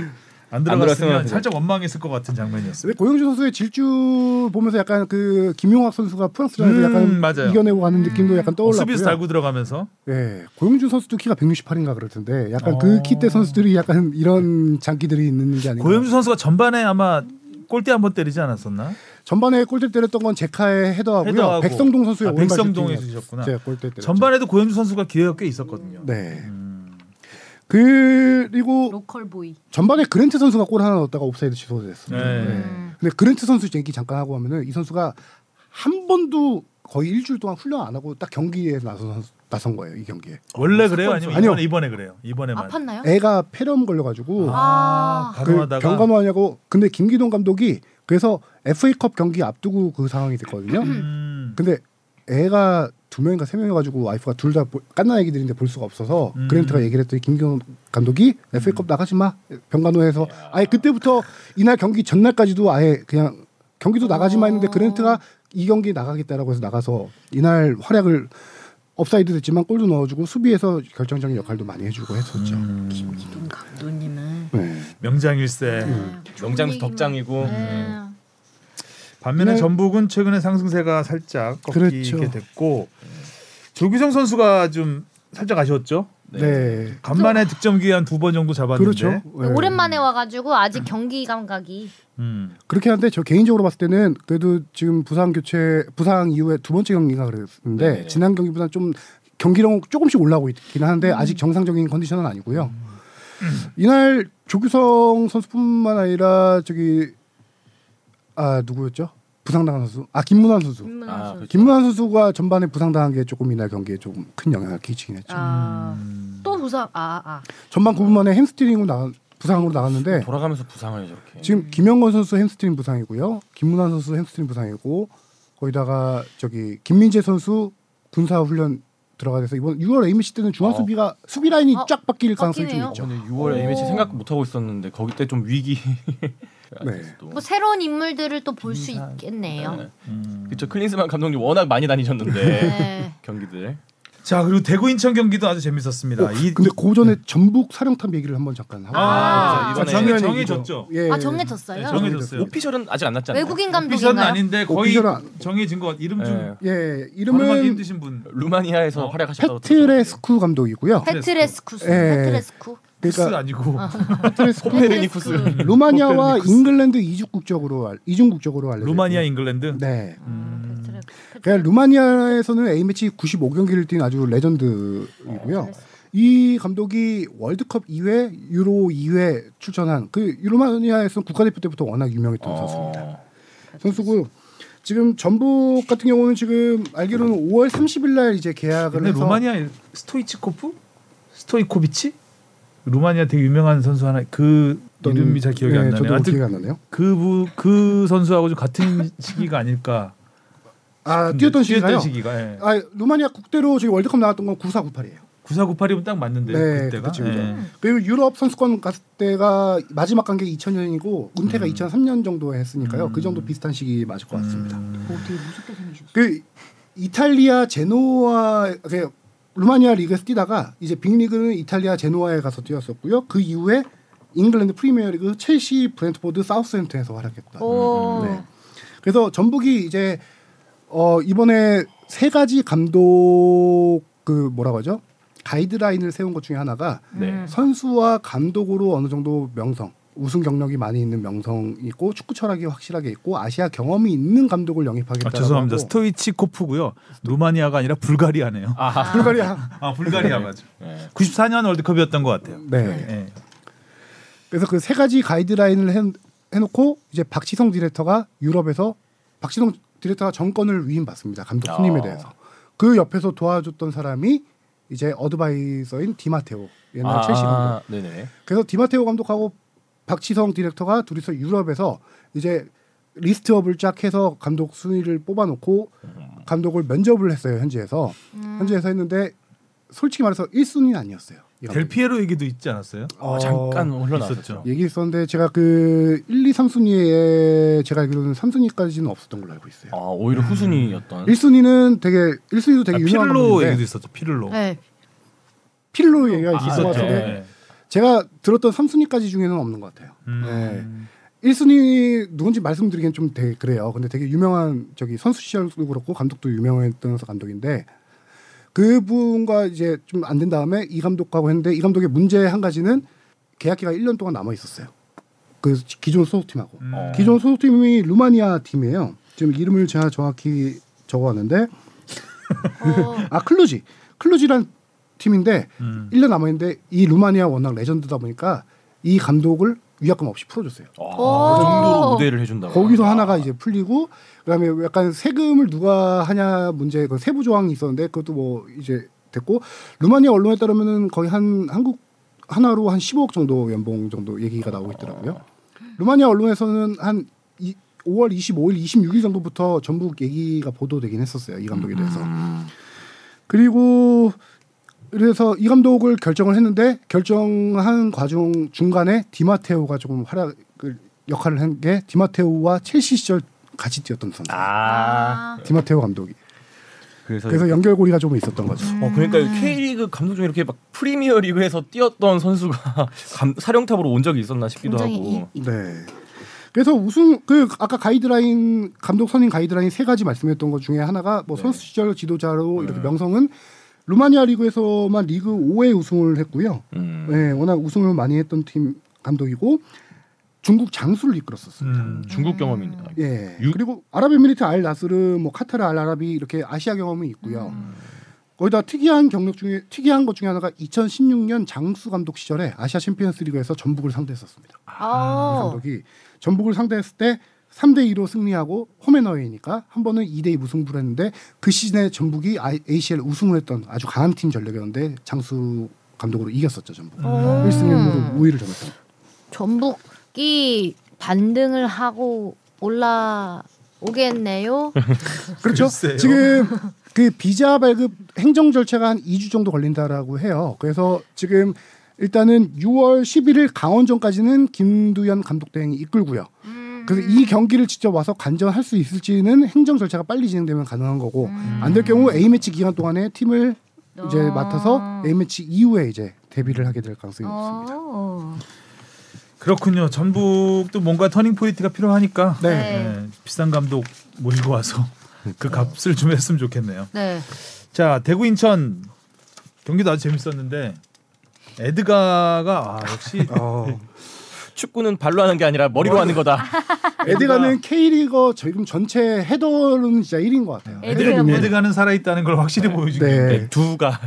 B: 안
C: 들어갔으면
B: 들어갔으면
C: 그냥.
B: 살짝 원망했을 것 같은 장면이었어요.
D: 근데 고영준 선수의 질주 보면서 약간 그 김용학 선수가 프랑스전에서
B: 음,
D: 약간
B: 맞아요. 음. 어,
D: 이겨내고 가는 느낌도 약간 떠올랐고요.
B: 수비수 달고 들어가면서
D: 예, 고영준 선수도 키가 168인가 그럴 텐데 약간
B: 어. 그러니까.
D: 그 키대 선수들이 약간 이런 장기들이 있는 게 아닌가.
B: 고영주 선수가 전반에 아마 골대 한 번 때리지 않았었나?
D: 전반에 골대 때렸던 건 제카의 헤더하고요.
B: 헤더하고.
D: 백성동 선수의
B: 아,
D: 오른발
B: 백성동이
D: 슈팅이었어요.
B: 주셨구나.
D: 제가 골대 때렸죠.
B: 전반에도 고현주 선수가 기회가 꽤 있었거든요.
D: 네.
B: 음.
D: 그리고
A: 로컬 보이.
D: 전반에 그랜트 선수가 골 하나 넣었다가 옵사이드 취소됐습니다.
B: 네.
D: 네.
A: 음.
D: 근데 그랜트 선수 얘기 잠깐 하고 하면은 이 선수가 한 번도 거의 일주일 동안 훈련 안 하고 딱 경기에 나선 나선 거예요 이 경기에.
B: 원래 그래요? 아니면
D: 아니요.
B: 이번에, 이번에 그래요? 이번에만.
A: 아팠나요?
D: 애가 폐렴 걸려가지고
A: 아.
B: 아,
D: 그
B: 가동하다가
D: 경감하냐고. 근데 김기동 감독이 그래서 FA컵 경기 앞두고 그 상황이 됐거든요.
B: 음.
D: 근데 애가 두 명인가 세 명이가지고 와이프가 둘 다 깐난 애기들인데 볼 수가 없어서
B: 음.
D: 그랜트가 얘기를 했더니 김경 감독이 FA컵 나가지 마 병간호에서 아예 그때부터 이날 경기 전날까지도 아예 그냥 경기도 나가지 마
B: 어.
D: 했는데 그랜트가 이 경기 나가겠다라고 해서 나가서 이날 활약을 업사이드 됐지만 골도 넣어주고 수비에서 결정적인 역할도 많이 해주고 했었죠.
B: 음.
A: 김기동 감독님은
D: 네.
B: 명장일세.
D: 음.
C: 명장도 덕장이고.
A: 네.
B: 반면에
D: 네.
B: 전북은 최근에 상승세가 살짝 꺾이게
D: 그렇죠.
B: 됐고 조규성 선수가 좀 살짝 아쉬웠죠.
D: 네.
B: 간만에 득점 기회 한 두 번 정도 잡았는데.
D: 그렇죠. 네.
A: 오랜만에 와가지고 아직 경기 감각이
B: 음.
D: 그렇긴 한데 저 개인적으로 봤을 때는 그래도 지금 부상 교체 부상 이후에 두 번째 경기가 그랬는데
C: 네.
D: 지난 경기보다 좀 경기력 조금씩 올라오고 있긴 하는데 아직 정상적인 컨디션은 아니고요. 이날 조규성 선수뿐만 아니라 저기 아 누구였죠? 부상당한 선수 아 김문환 선수
A: 김문환
C: 아,
A: 선수.
C: 그렇죠.
D: 김문환 선수가 전반에 부상당한 게 조금 이날 경기에 조금 큰 영향을 끼치긴 했죠.
A: 아, 또 부상. 아, 아.
D: 전반 9분 만에 햄스트링으로 나 부상으로 나갔는데
C: 돌아가면서 부상을 저렇게.
D: 지금 김영건 선수 햄스트링 부상이고요. 김문환 선수 햄스트링 부상이고 거기다가 저기 김민재 선수 군사 훈련 들어가서 이번 6월 a m c 때는 중앙
C: 어.
D: 수비가 수비 라인이
A: 어,
D: 쫙 바뀔 가능성이 좀
A: 바뀌네요.
D: 있죠.
C: 저는 6월
A: 오.
C: a m c 생각 못 하고 있었는데 거기 때 좀 위기. <laughs>
D: 네.
C: 또.
A: 뭐 새로운 인물들을 또 볼 수 있겠네요.
C: 네.
B: 음.
C: 그쵸 클린스만 감독님 워낙 많이 다니셨는데
A: 네.
C: 경기들.
B: 자 그리고 대구 인천 경기도 어, 아주 재밌었습니다. 이 네.
D: 근데 그 전에 전북 사령탑 얘기를 한번 잠깐 하고
B: 아,
A: 아,
B: 자,
C: 이번에-
B: 정해
D: 중요한 얘기죠.
B: 정해졌죠.
D: 예.
A: 아 정해졌어요?
B: 네, 정해졌어요.
C: 오피셜은 아직 안 났잖아요.
A: 외국인
B: 오피셜은
A: 감독인가요?
B: 아닌데 거의
D: 오피셜은 안-
B: 정해진 것 같- 이름 좀
C: 네.
D: 예,
B: 발음하기
D: 이름은
B: 힘드신 분.
C: 루마니아에서
B: 어,
C: 활약하셨다고.
D: 페트레스쿠 감독이고요.
A: 페트레스쿠.
D: 예.
A: 페트레스쿠.
B: 스
D: 그러니까
B: 아니고 <laughs>
D: 페트레스쿠
C: 코페르니쿠스.
A: 페트레스쿠.
D: 루마니아와
B: 코페르니쿠스.
D: 잉글랜드 이중 국적으로 알- 이중 국적으로 알려져
B: 루마니아
D: 있고요.
B: 잉글랜드.
D: 네.
B: 음.
A: 페트레스쿠.
D: 그냥 루마니아에서는 그러니까 A매치 95경기를 뛴 아주 레전드이고요. 이 감독이 월드컵 2회, 유로 2회 출전한 그 루마니아에서 국가대표 때부터 워낙 유명했던
C: 어,
D: 선수입니다. 선수고 지금 전북 같은 경우는 지금 알기로는 5월 30일 날 이제 계약을
B: 근데
D: 해서
B: 루마니아 스토이치코프? 스토이코비치? 루마니아 되게 유명한 선수 하나 그
D: 어떤-
B: 이름이 잘 기억이 안
D: 예,
B: 나네요.
D: 저도
B: 하여튼
D: 기억이 안 나네요.
B: 그그 그 선수하고 좀 같은 <laughs> 시기가 아닐까.
D: 아 뛰었던 시기가요.
B: 시기가 예.
D: 아 루마니아 국대로 저희 월드컵 나왔던 건 94, 98이에요.
B: 9498이면 딱 맞는데
D: 네,
B: 그때가.
D: 그쵸, 그쵸.
B: 예.
D: 그리고 유럽 선수권 갔을 때가 마지막 간 게 2000년이고 은퇴가 2003년 정도에 했으니까요. 그 정도 비슷한 시기 맞을 것 같습니다.
A: 뭐 되게 무섭게 생기셨어.
D: 그 이탈리아 제노아 그 루마니아 리그에서 뛰다가 이제 빅리그는 이탈리아 제노아에 가서 뛰었었고요. 그 이후에 잉글랜드 프리미어리그 첼시, 브렌트포드, 사우스햄튼에서 활약했고요.
A: 오.
D: 네. 그래서 전북이 이제 어 이번에 세 가지 감독 그 뭐라고 하죠? 가이드라인을 세운 것 중에 하나가
A: 음.
C: 네.
D: 선수와 감독으로 어느 정도 명성, 우승 경력이 많이 있는 명성 있고 축구 철학이 확실하게 있고 아시아 경험이 있는 감독을 영입하겠다.
B: 아, 죄송합니다. 스토이치코프고요. 루마니아가 아니라 불가리아네요.
C: 아하.
D: 불가리아.
B: 아 불가리아 맞아.
C: 네.
B: 94년 월드컵이었던 것 같아요.
D: <laughs> 네.
B: 예.
D: 그래서 그 세 가지 가이드라인을 해, 해놓고 이제 박지성 디렉터가 유럽에서 박지성 디렉터가 정권을 위임받습니다. 감독
C: 아.
D: 후임에 대해서. 그 옆에서 도와줬던 사람이 이제 어드바이서인 디마테오
B: 아,
D: 옛날 첼시 감독.
C: 아, 네네.
D: 그래서 디마테오 감독하고 박지성 디렉터가 둘이서 유럽에서 이제 리스트업을 쫙 해서 감독 순위를 뽑아놓고 감독을 면접을 했어요 현지에서 현지에서 했는데 솔직히 말해서 1순위는 아니었어요. 이 감독이.
B: 델피에로 아, 얘기도 있지 않았어요?
C: 어, 잠깐 흘러나왔었죠.
B: 있었죠.
D: 어, 얘기했었는데 제가 그 1, 2, 3순위에 제가 알기로는 3순위까지는 없었던 걸로 알고 있어요.
C: 아 오히려 후순위였던.
D: 1순위는 되게 1순위도 되게
B: 아,
D: 유명한
B: 피를로
D: 감독인데 네,
B: 얘기도 있었죠. 피를로.
A: 네.
D: 피를로 얘기가
B: 아,
D: 있었던 것
B: 있었죠.
D: 같은데
B: 예.
D: 제가 들었던 3순위까지 중에는 없는 것 같아요. 네.
B: 음.
D: 1순위 누군지 말씀드리긴 좀 되게 그래요. 근데 되게 유명한 저기 선수 시절도 그렇고 감독도 유명했던 감독인데 그분과 이제 좀 안 된 다음에 이 감독하고 했는데 이 감독의 문제 한 가지는 계약 기간 1년 동안 남아 있었어요. 그 기존 소속팀하고
B: 음.
C: 어.
D: 기존 소속팀이 루마니아 팀이에요. 지금 이름을 제가 정확히 적어왔는데
A: 어,
D: 아 클루지 클루지란 팀인데
B: 음.
D: 1년 남아 있는데 이 루마니아 워낙 레전드다 보니까 이 감독을 위약금 없이 풀어줬어요.
C: 아, 그 정도로 무대를 해준다.
D: 거기서 하나가 이제 풀리고 그다음에 약간 세금을 누가 하냐 문제 그 세부 조항이 있었는데 그것도 뭐 이제 됐고 루마니아 언론에 따르면은 거의 한 한국 하나로 한 15억 정도 연봉 정도 얘기가 나오고 있더라고요. 루마니아 언론에서는 한 이, 5월 25일, 26일 정도부터 전부 얘기가 보도되긴 했었어요. 이 감독에 대해서. 그리고 그래서 이 감독을 결정을 했는데 결정한 과정 중간에 디마테오가 조금 활약을 역할을 한 게 디마테오와 첼시 시절 같이 뛰었던 선수.
C: 아,
A: 아,
D: 디마테오 감독이.
C: 그래서,
D: 그래서 연결고리가 좀 있었던 거죠.
C: 어, 그러니까
A: 음.
C: K리그 감독 중에 이렇게 막 프리미어 리그에서 뛰었던 선수가 <laughs> 감, 사령탑으로 온 적이 있었나 싶기도
A: 굉장히
C: 하고.
A: 이-
D: 네. 그래서 우승 그 아까 가이드라인 감독 선임 가이드라인 세 가지 말씀했던 것 중에 하나가
C: 네.
D: 뭐 선수 시절 지도자로 이렇게 명성은 루마니아 리그에서만 리그 5회 우승을 했고요.
A: 예.
C: 음.
D: 네, 워낙 우승을 많이 했던 팀 감독이고 중국 장수를 이끌었었어요.
B: 음.
C: 중국 경험이네요.
D: 예.
C: 유-
D: 그리고 아랍에미리트 알 나스르, 뭐 카타르 알 아라비 이렇게 아시아 경험이 있고요. 거기다 특이한 경력 중에 특이한 것 중에 하나가 2016년 장수 감독 시절에 아시아 챔피언스리그에서 전북을 상대했었습니다. 이
A: 아,
D: 감독이 전북을 상대했을 때 3대 2로 승리하고 홈앤어웨이니까 한 번은 2대 2 무승부를 했는데 그 시즌에 전북이 아- ACL 우승을 했던 아주 강한 팀 전력이었는데 장수 감독으로 이겼었죠 전북.
A: 어.
D: 1승 1무로 우위를 점했어요.
A: 전북이 반등을 하고 올라오겠네요.
D: 그렇죠.
B: 글쎄요.
D: 지금 그 비자 발급 행정 절차가 한 2주 정도 걸린다라고 해요. 그래서 지금 일단은 6월 11일 강원전까지는 김두현 감독 대행이 이끌고요. 그래서 이 경기를 직접 와서 간전할 수 있을지는 행정 절차가 빨리 진행되면 가능한 거고 안 될 경우 A 매치 기간 동안에 팀을 이제
A: 어.
D: 맡아서 A 매치 이후에 이제 데뷔를 하게 될 가능성이 있습니다.
A: 어.
B: 그렇군요. 전북도 뭔가 터닝 포인트가 필요하니까
D: 네.
B: 네, 비싼 감독 모시고 와서 그 값을 좀 했으면 좋겠네요.
A: 네.
B: 자 대구 인천 경기도 아주 재밌었는데 에드가가 아, 역시
D: 어.
C: 축구는 발로 하는 게 아니라 머리로 하는 거다.
D: 에드가는 K리거 지금 전체 헤더는 진짜 1인 것 같아요.
A: 에드가
B: 에드가 에드가는 네. 살아 있다는 걸 확실히 보여주고
D: 네.
C: 두가.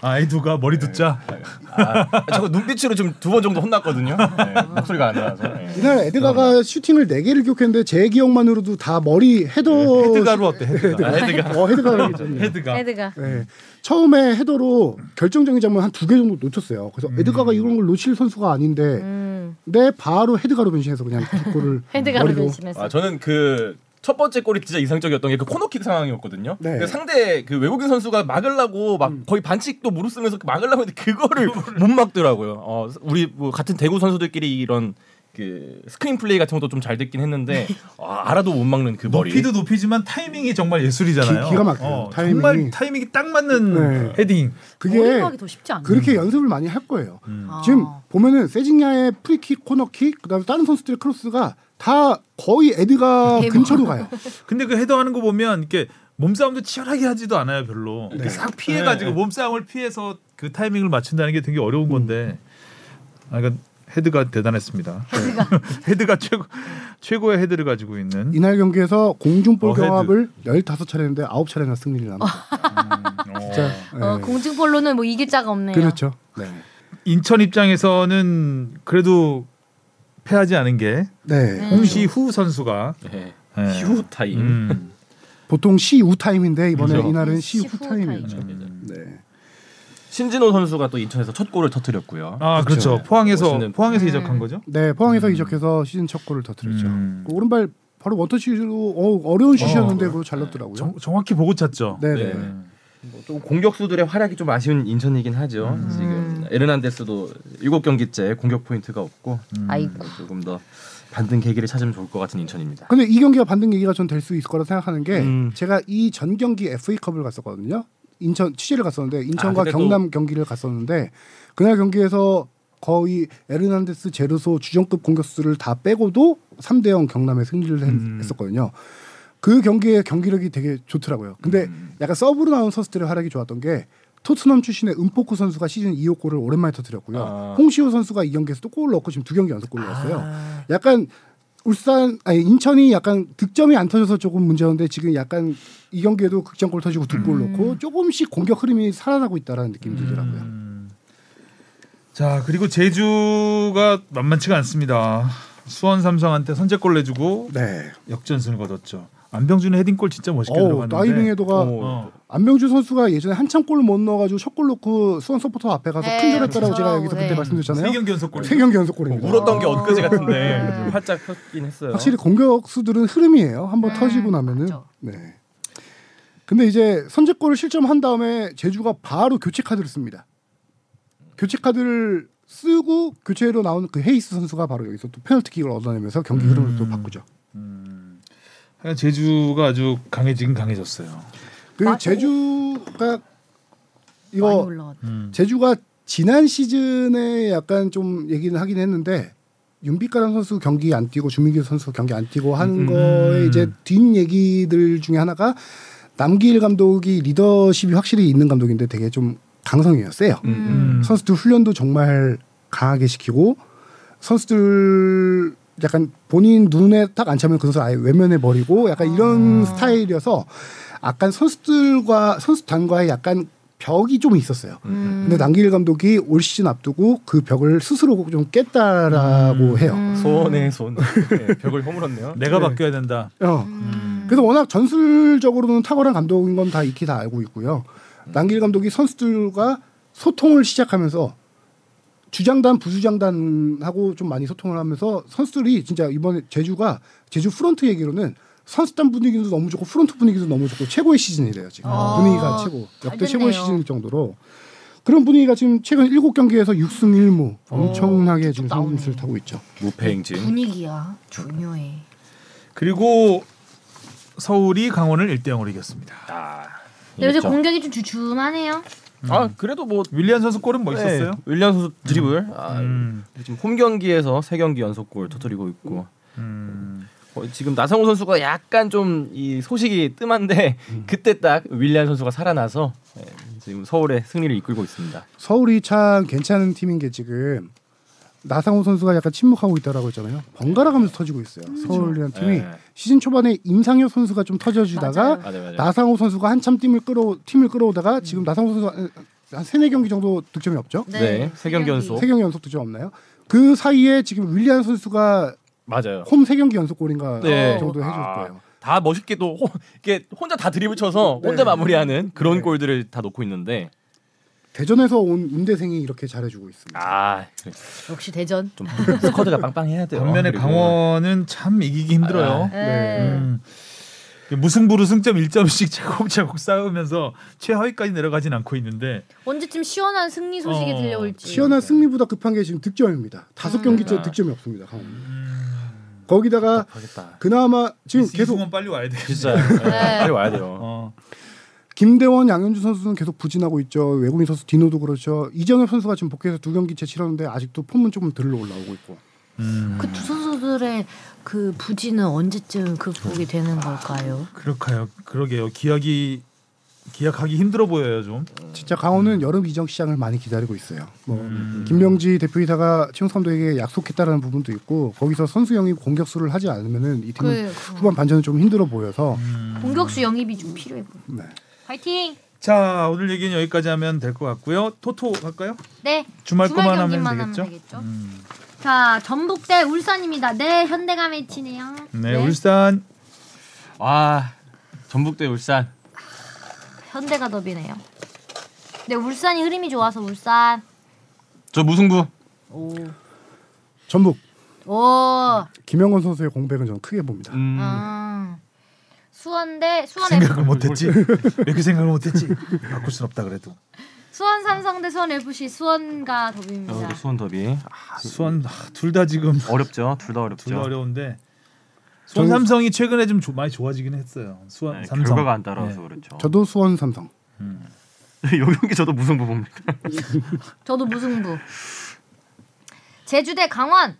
B: 아 에드가 머리 두자
D: 네.
C: 아, 저거 눈빛으로 좀 두 번 정도 혼났거든요.
A: 아.
C: 네, 목소리가 안 나와서. 네.
D: 이날
B: 어.
D: 에드가가 슈팅을 4개를 기록했는데 제 기억만으로도 다 머리 헤더
B: 네, 헤드가로 어때 헤드가
C: 헤드가
D: 어, 헤드가로
B: <laughs>
D: 했잖아요.
B: 헤드가
A: 에드가.
D: 네. 처음에 헤더로 결정적인 장면 한 두 개 정도 놓쳤어요. 그래서
B: 음.
D: 에드가가 이런 걸 놓칠 선수가 아닌데
A: 음.
D: 근데 바로 헤드가로 변신해서 그냥 골을
A: <laughs> 헤드가로 뭐
D: 머리로
A: 변신했어.
C: 아 저는 그 첫 번째 골이 진짜 이상적이었던 게 그 코너킥 상황이었거든요.
D: 네.
C: 그 상대 그 외국인 선수가 막으려고 막 거의 반칙도 무릎 쓰면서 막으려고 했는데 그거를 못 막더라고요. 어 우리 뭐 같은 대구 선수들끼리 이런 그 스크린 플레이 같은 것도 좀 잘 됐긴 했는데 아, 알아도 못 막는 그 머리.
B: 높이도 높이지만 타이밍이 정말 예술이잖아요. 어,
D: 기- 기가 막혀요. 타이밍이.
B: 정말 타이밍이 딱 맞는
D: 네.
B: 헤딩.
A: 머리
D: 그게
A: 막이 더 쉽지 않아.
B: 음.
D: 그렇게 연습을 많이 할 거예요.
A: 아.
D: 지금 보면은 세징야의 프리킥, 코너킥, 그다음에 다른 선수들의 크로스가 다 거의 에드가
A: 대박. <laughs>
D: 근처로 가요.
B: 근데 그 헤더 하는 거 보면 이렇게 몸싸움도 치열하게 하지도 않아요 별로
D: 네.
B: 이렇게 싹 피해가지고 몸싸움을 피해서 그 타이밍을 맞춘다는 게 되게
D: 음.
B: 어려운 건데 아 그러니까 헤드가 대단했습니다 헤드가 <laughs> 헤드가 최고 최고의 헤드를 가지고 있는
D: 이날 경기에서 공중볼
B: 어, 헤드.
D: 경합을 15차례 했는데 9차례나 승리를 남겨. 진짜.
A: 어,
D: 네.
A: 공중볼로는 뭐 이길 자가 없네요.
D: 그렇죠. 네.
B: 인천 입장에서는 그래도 패하지 않은 게
D: 네.
A: 음.
B: 홍시후 선수가
C: 네.
B: 예.
C: 휴 타임.
B: 음.
D: 보통 시우 타임인데 이번에
C: 그렇죠.
D: 이날은
A: 시
D: 시후
A: 후
D: 타임이었죠.
C: 타임.
D: 네.
C: 신진호 선수가 또 인천에서 첫 골을 터뜨렸고요.
B: 아 그렇죠
C: 그렇죠.
B: 포항에서
C: 멋있는-
B: 포항에서
A: 음.
B: 이적한 거죠
D: 네,
C: 음.
D: 포항에서 이적해서 시즌 첫 골을 터뜨렸죠.
B: 음.
D: 그 오른발 바로 원터치로 어, 어려운 슛이었는데
B: 어.
D: 그걸 잘 넣더라고요.
B: 정, 정확히 보고 찼죠 음.
D: 네,
C: 네.
D: 네.
C: 뭐좀 공격수들의 활약이 좀 아쉬운 인천이긴 하죠. 지금 에르난데스도 7경기째 공격 포인트가 없고
A: 음. 아이고.
C: 조금 더 반등 계기를 찾으면 좋을 것 같은 인천입니다.
D: 근데 이 경기가 반등 얘기가 전 될 수 있을 거라 생각하는 게
C: 음.
D: 제가 이 전 경기 FA컵을 갔었거든요. 인천 취재를 갔었는데 인천과
C: 아, 근데 또-
D: 경남 경기를 갔었는데 그날 경기에서 거의 에르난데스, 제르소 주전급 공격수를 다 빼고도 3대 0 경남에 승리를 했-
B: 음.
D: 했었거든요. 음. 그 경기의 경기력이 되게 좋더라고요. 근데 약간 서브로 나온 선수들의 활약이 좋았던 게 토트넘 출신의 은포크 선수가 시즌 2호 골을 오랜만에 터뜨렸고요.
C: 아.
D: 홍시호 선수가 이 경기에서도 골을 넣고 지금 두 경기 연속 골을 넣었어요. 약간 울산 아니 인천이 약간 득점이 안 터져서 조금 문제였는데 지금 약간 이 경기에도 극장골 터지고 두 골 넣고 조금씩 공격 흐름이 살아나고 있다라는 느낌이 들더라고요.
B: 자 그리고 제주가 만만치가 않습니다. 수원 삼성한테 선제골 내주고
D: 네.
B: 역전승을 거뒀죠. 안병준의 헤딩골 진짜 멋있게
D: 어,
B: 들어갔는데.
D: 다이빙 헤더가
B: 어,
D: 안병주 선수가 예전에 한참 골을 못 넣어가지고 첫 골 넣고 수원 서포터 앞에 가서
A: 네,
D: 큰절했다라고
A: 그렇죠.
D: 제가 여기서 그때
A: 네.
B: 세
D: 말씀드렸잖아요.
B: 경기 연속골.
D: 세 경기
B: 어,
D: 연속골입니다. 어, 아.
C: 울었던 게 엊그제 같은데
A: 음.
C: 활짝 폈긴 했어요.
D: 확실히 공격수들은 흐름이에요. 한번
A: 음,
D: 터지고 나면은.
A: 그렇죠.
D: 네. 근데 이제 선제골을 실점한 다음에 제주가 바로 교체 카드를 씁니다. 교체 카드를 쓰고 교체로 나온 그 헤이스 선수가 바로 여기서 또 페널티킥을 얻어내면서 경기 흐름을
C: 음.
D: 또 바꾸죠. 네.
B: 하여간 제주가 아주 강해지긴 강해졌어요.
D: 그
A: 맞아요.
D: 제주가
A: 많이
D: 이거
A: 올라갔.
B: 음.
D: 제주가 지난 시즌에 약간 좀 얘기는 하긴 했는데 윤빛가람 선수 경기 안 뛰고 주민규 선수 경기 안 뛰고 하는
B: 음.
D: 거에 이제 뒷 얘기들 중에 하나가 남기일 감독이 리더십이 확실히 있는 감독인데 되게 좀 강성이에요 세요
B: 음.
D: 선수들 훈련도 정말 강하게 시키고 선수들 약간 본인 눈에 딱 안 차면 그 선수 아예 외면해 버리고 약간 이런
B: 아.
D: 스타일이어서 약간 선수들과 선수단과의 약간 벽이 좀 있었어요.
A: 음.
D: 근데 남길 감독이 올 시즌 앞두고 그 벽을 스스로 좀 깼다라고 해요.
C: 손에 손 음. 네, 벽을 허물었네요.
B: 내가 바뀌어야 된다.
D: 어.
A: 음.
D: 그래서 워낙 전술적으로는 탁월한 감독인 건 다 익히 다 알고 있고요. 남길 감독이 선수들과 소통을 시작하면서 주장단 부주장단하고 좀 많이 소통을 하면서 선수들이 진짜 이번에 제주가 제주 프론트 얘기로는 선수단 분위기도 너무 좋고 프론트 분위기도 너무 좋고 최고의 시즌이래요 지금
A: 아.
D: 분위기가 최고 역대
A: 잘
D: 최고의
A: 됐네요.
D: 시즌일 정도로 그런 분위기가 지금 최근 7경기에서 6승 1무 엄청나게 지금
A: 어, 나오네.
D: 성공세를 타고 있죠
C: 무패 행진.
A: 음. 분위기야 중요해.
B: 그리고 서울이 강원을 1대 0으로 이겼습니다.
C: 아,
A: 근데 요새
C: 있죠.
A: 공격이 좀 주춤하네요.
C: 네, 아 그래도 뭐
B: 윌리안 선수 골은 뭐 있었어요?
C: 네, 윌리안 선수 드리블. 아,
B: 음.
C: 지금 홈 경기에서 세 경기 연속골 터뜨리고 있고.
B: 음.
C: 어, 지금 나성호 선수가 약간 좀 이 소식이 뜸한데 <laughs> 그때 딱 윌리안 선수가 살아나서 예, 지금 서울의 승리를 이끌고 있습니다.
D: 서울이 참 괜찮은 팀인 게 지금 나상호 선수가 약간 침묵하고 있다라고 했잖아요. 번갈아 가면서 터지고 있어요. 서울이라는 팀이
C: 음, 네.
D: 시즌 초반에 임상혁 선수가 좀 터져주다가
A: 맞아요.
C: 맞아요, 맞아요. 음.
D: 나상호 선수가 한참 팀을 끌어 팀을 끌어오다가 지금 나상호 선수가 한- 한 세네 경기 정도 득점이 없죠?
C: 네, 세 경기 연속.
D: 세 경기 연속 득점 없나요? 그 사이에 지금 윌리안 선수가
C: 맞아요.
D: 홈 세 경기 연속 골인가
C: 네.
D: 정도 해줄
C: 아,
D: 거예요.
C: 다 멋있게 또 호- 이게 혼자 다 드립을 쳐서
D: 네.
C: 혼자 마무리하는 그런
D: 네.
C: 골들을 다 놓고 있는데
D: 대전에서 온 음대생이 이렇게 잘해주고 있습니다.
C: 아, 그래.
A: 역시 대전.
C: 좀 스쿼드가 빵빵해야 돼요.
B: 반면에
C: 네. 아, 그리고.
B: 강원은 참 이기기 힘들어요.
A: 예.
D: 네.
B: 음. 무승부로 승점 1점씩 <laughs> 차곡차곡 쌓으면서 최하위까지 내려가진 않고 있는데
A: 언제쯤 시원한 승리 소식이
B: 어,
A: 들려올지.
D: 시원한 승리보다 급한 게 지금 득점입니다. 다섯 경기째 득점이 없습니다. 강원. 거기다가
C: 하겠다.
D: 그나마 지금 계속
B: 은 빨리 와야 돼.
C: 진짜 예, 빨리 와야 돼요.
B: 어.
D: 김대원, 양현준 선수는 계속 부진하고 있죠. 외국인 선수 디노도 그렇죠. 이정엽 선수가 지금 복귀해서 두 경기째 치렀는데 아직도 폼은 조금 들러 올라오고 있고.
B: 음.
A: 그 두 선수들의 그 부진은 언제쯤 극복이 되는 걸까요?
B: 그렇가요. 그러게요. 기약이 기약하기 힘들어 보여요 좀.
D: 진짜 강호는 여름 이정 시장을 많이 기다리고 있어요. 뭐 김명지 대표이사가 최용 감독에게 약속했다라는 부분도 있고 거기서 선수 영입 공격수를 하지 않으면은 이 팀은
A: 그, 그.
D: 후반 반전은 좀 힘들어 보여서
A: 공격수 영입이 좀 필요해 보여.
D: 네.
A: 파이팅.
B: 자 오늘 얘기는 여기까지 하면 될 것 같고요. 토토 할까요?
A: 네.
B: 주말 것만 하면
A: 경기만
B: 되겠죠?
A: 음. 자 전북대 울산입니다. 네 현대가 매치네요.
B: 네, 울산
C: 아, 전북대 울산.
A: 현대가 더비네요. 네 울산이 흐름이 좋아서 울산.
C: 저 무승부.
A: 오.
D: 전북
A: 오.
D: 김영건 선수의 공백은 저는 크게 봅니다.
C: 음.
A: 아. 수원대 수원 F
B: 생각을 못했지. 왜 그 생각을 못했지? 바꿀 순 없다 그래도.
A: 수원 삼성대 수원 FC 수원과
B: 아, 네,
A: 더비입니다.
C: 어, 수원 더비.
B: 수원 아, 둘 다 지금
C: 어렵죠. 둘 다
B: 둘 다
C: 어렵죠.
B: 어려운데 수원 삼성이 최근에 좀 조- 많이 좋아지긴 했어요. 수원
E: 네,
B: 삼성
E: 결과가 안 따라와서
C: <laughs>
E: 그렇죠.
D: 저도 수원 삼성.
E: 요 경기 저도 무승부 봅니다.
A: 저도 무승부. 제주대 강원.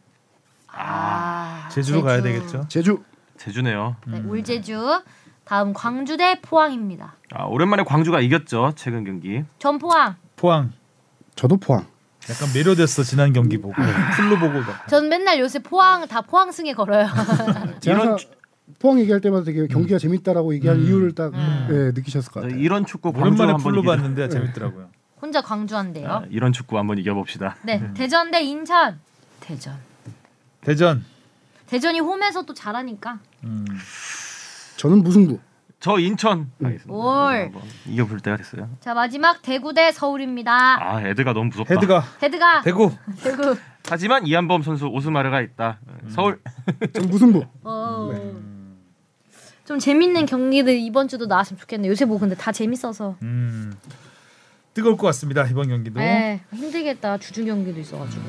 A: 아,
B: 제주로 가야 되겠죠.
D: 제주
E: 제주네요.
C: 음.
A: 네, 울제주 다음 광주 대 포항입니다.
C: 아, 오랜만에 광주가 이겼죠. 최근 경기.
A: 전 포항.
B: 포항
D: 저도 포항.
B: 약간 매료됐어 지난 경기 보고 풀로 보고 막.
A: 전 맨날 요새 포항 다 포항승에 걸어요. <laughs>
D: 제가
C: 이런
D: 항상 포항 얘기할 때마다 되게 경기가 재밌다라고 얘기한 이유를 딱 예, 느끼셨을 것
C: 저
D: 같아요.
C: 이런 축구 광주
B: 오랜만에
C: 한번
B: 풀로
C: 이기자.
B: 봤는데 재밌더라고요.
A: 혼자 광주한대요.
C: 아, 이런 축구 한번 이겨봅시다. 음.
A: 네, 대전 대 인천. 대전.
B: 대전
A: 대전이 홈에서 또 잘하니까.
B: 음.
D: 저는 무승부.
C: 저 인천 하겠습니다.
A: 올.
C: 음, 한번 이겨볼 때가 됐어요.
A: 자 마지막 대구 대 서울입니다.
C: 아 헤드가 너무 무섭다.
B: 헤드가
A: 헤드가
B: 대구
A: 대구.
C: 하지만 이한범 선수 오스마르가 있다. 서울
D: 전 무승부.
A: 어.
C: 음.
A: 좀 재밌는 경기들 이번 주도 나왔으면 좋겠네. 요새 뭐 근데 다 재밌어서.
B: 음. 뜨거울 것 같습니다 이번 경기도.
A: 네, 힘들겠다. 주중 경기도 있어가지고.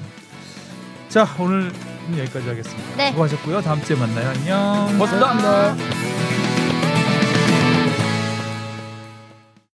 B: 자 오늘 여기까지 하겠습니다.
A: 네.
B: 수고하셨고요. 다음 주에 만나요. 안녕.
F: 고맙습니다.
A: 감사합니다.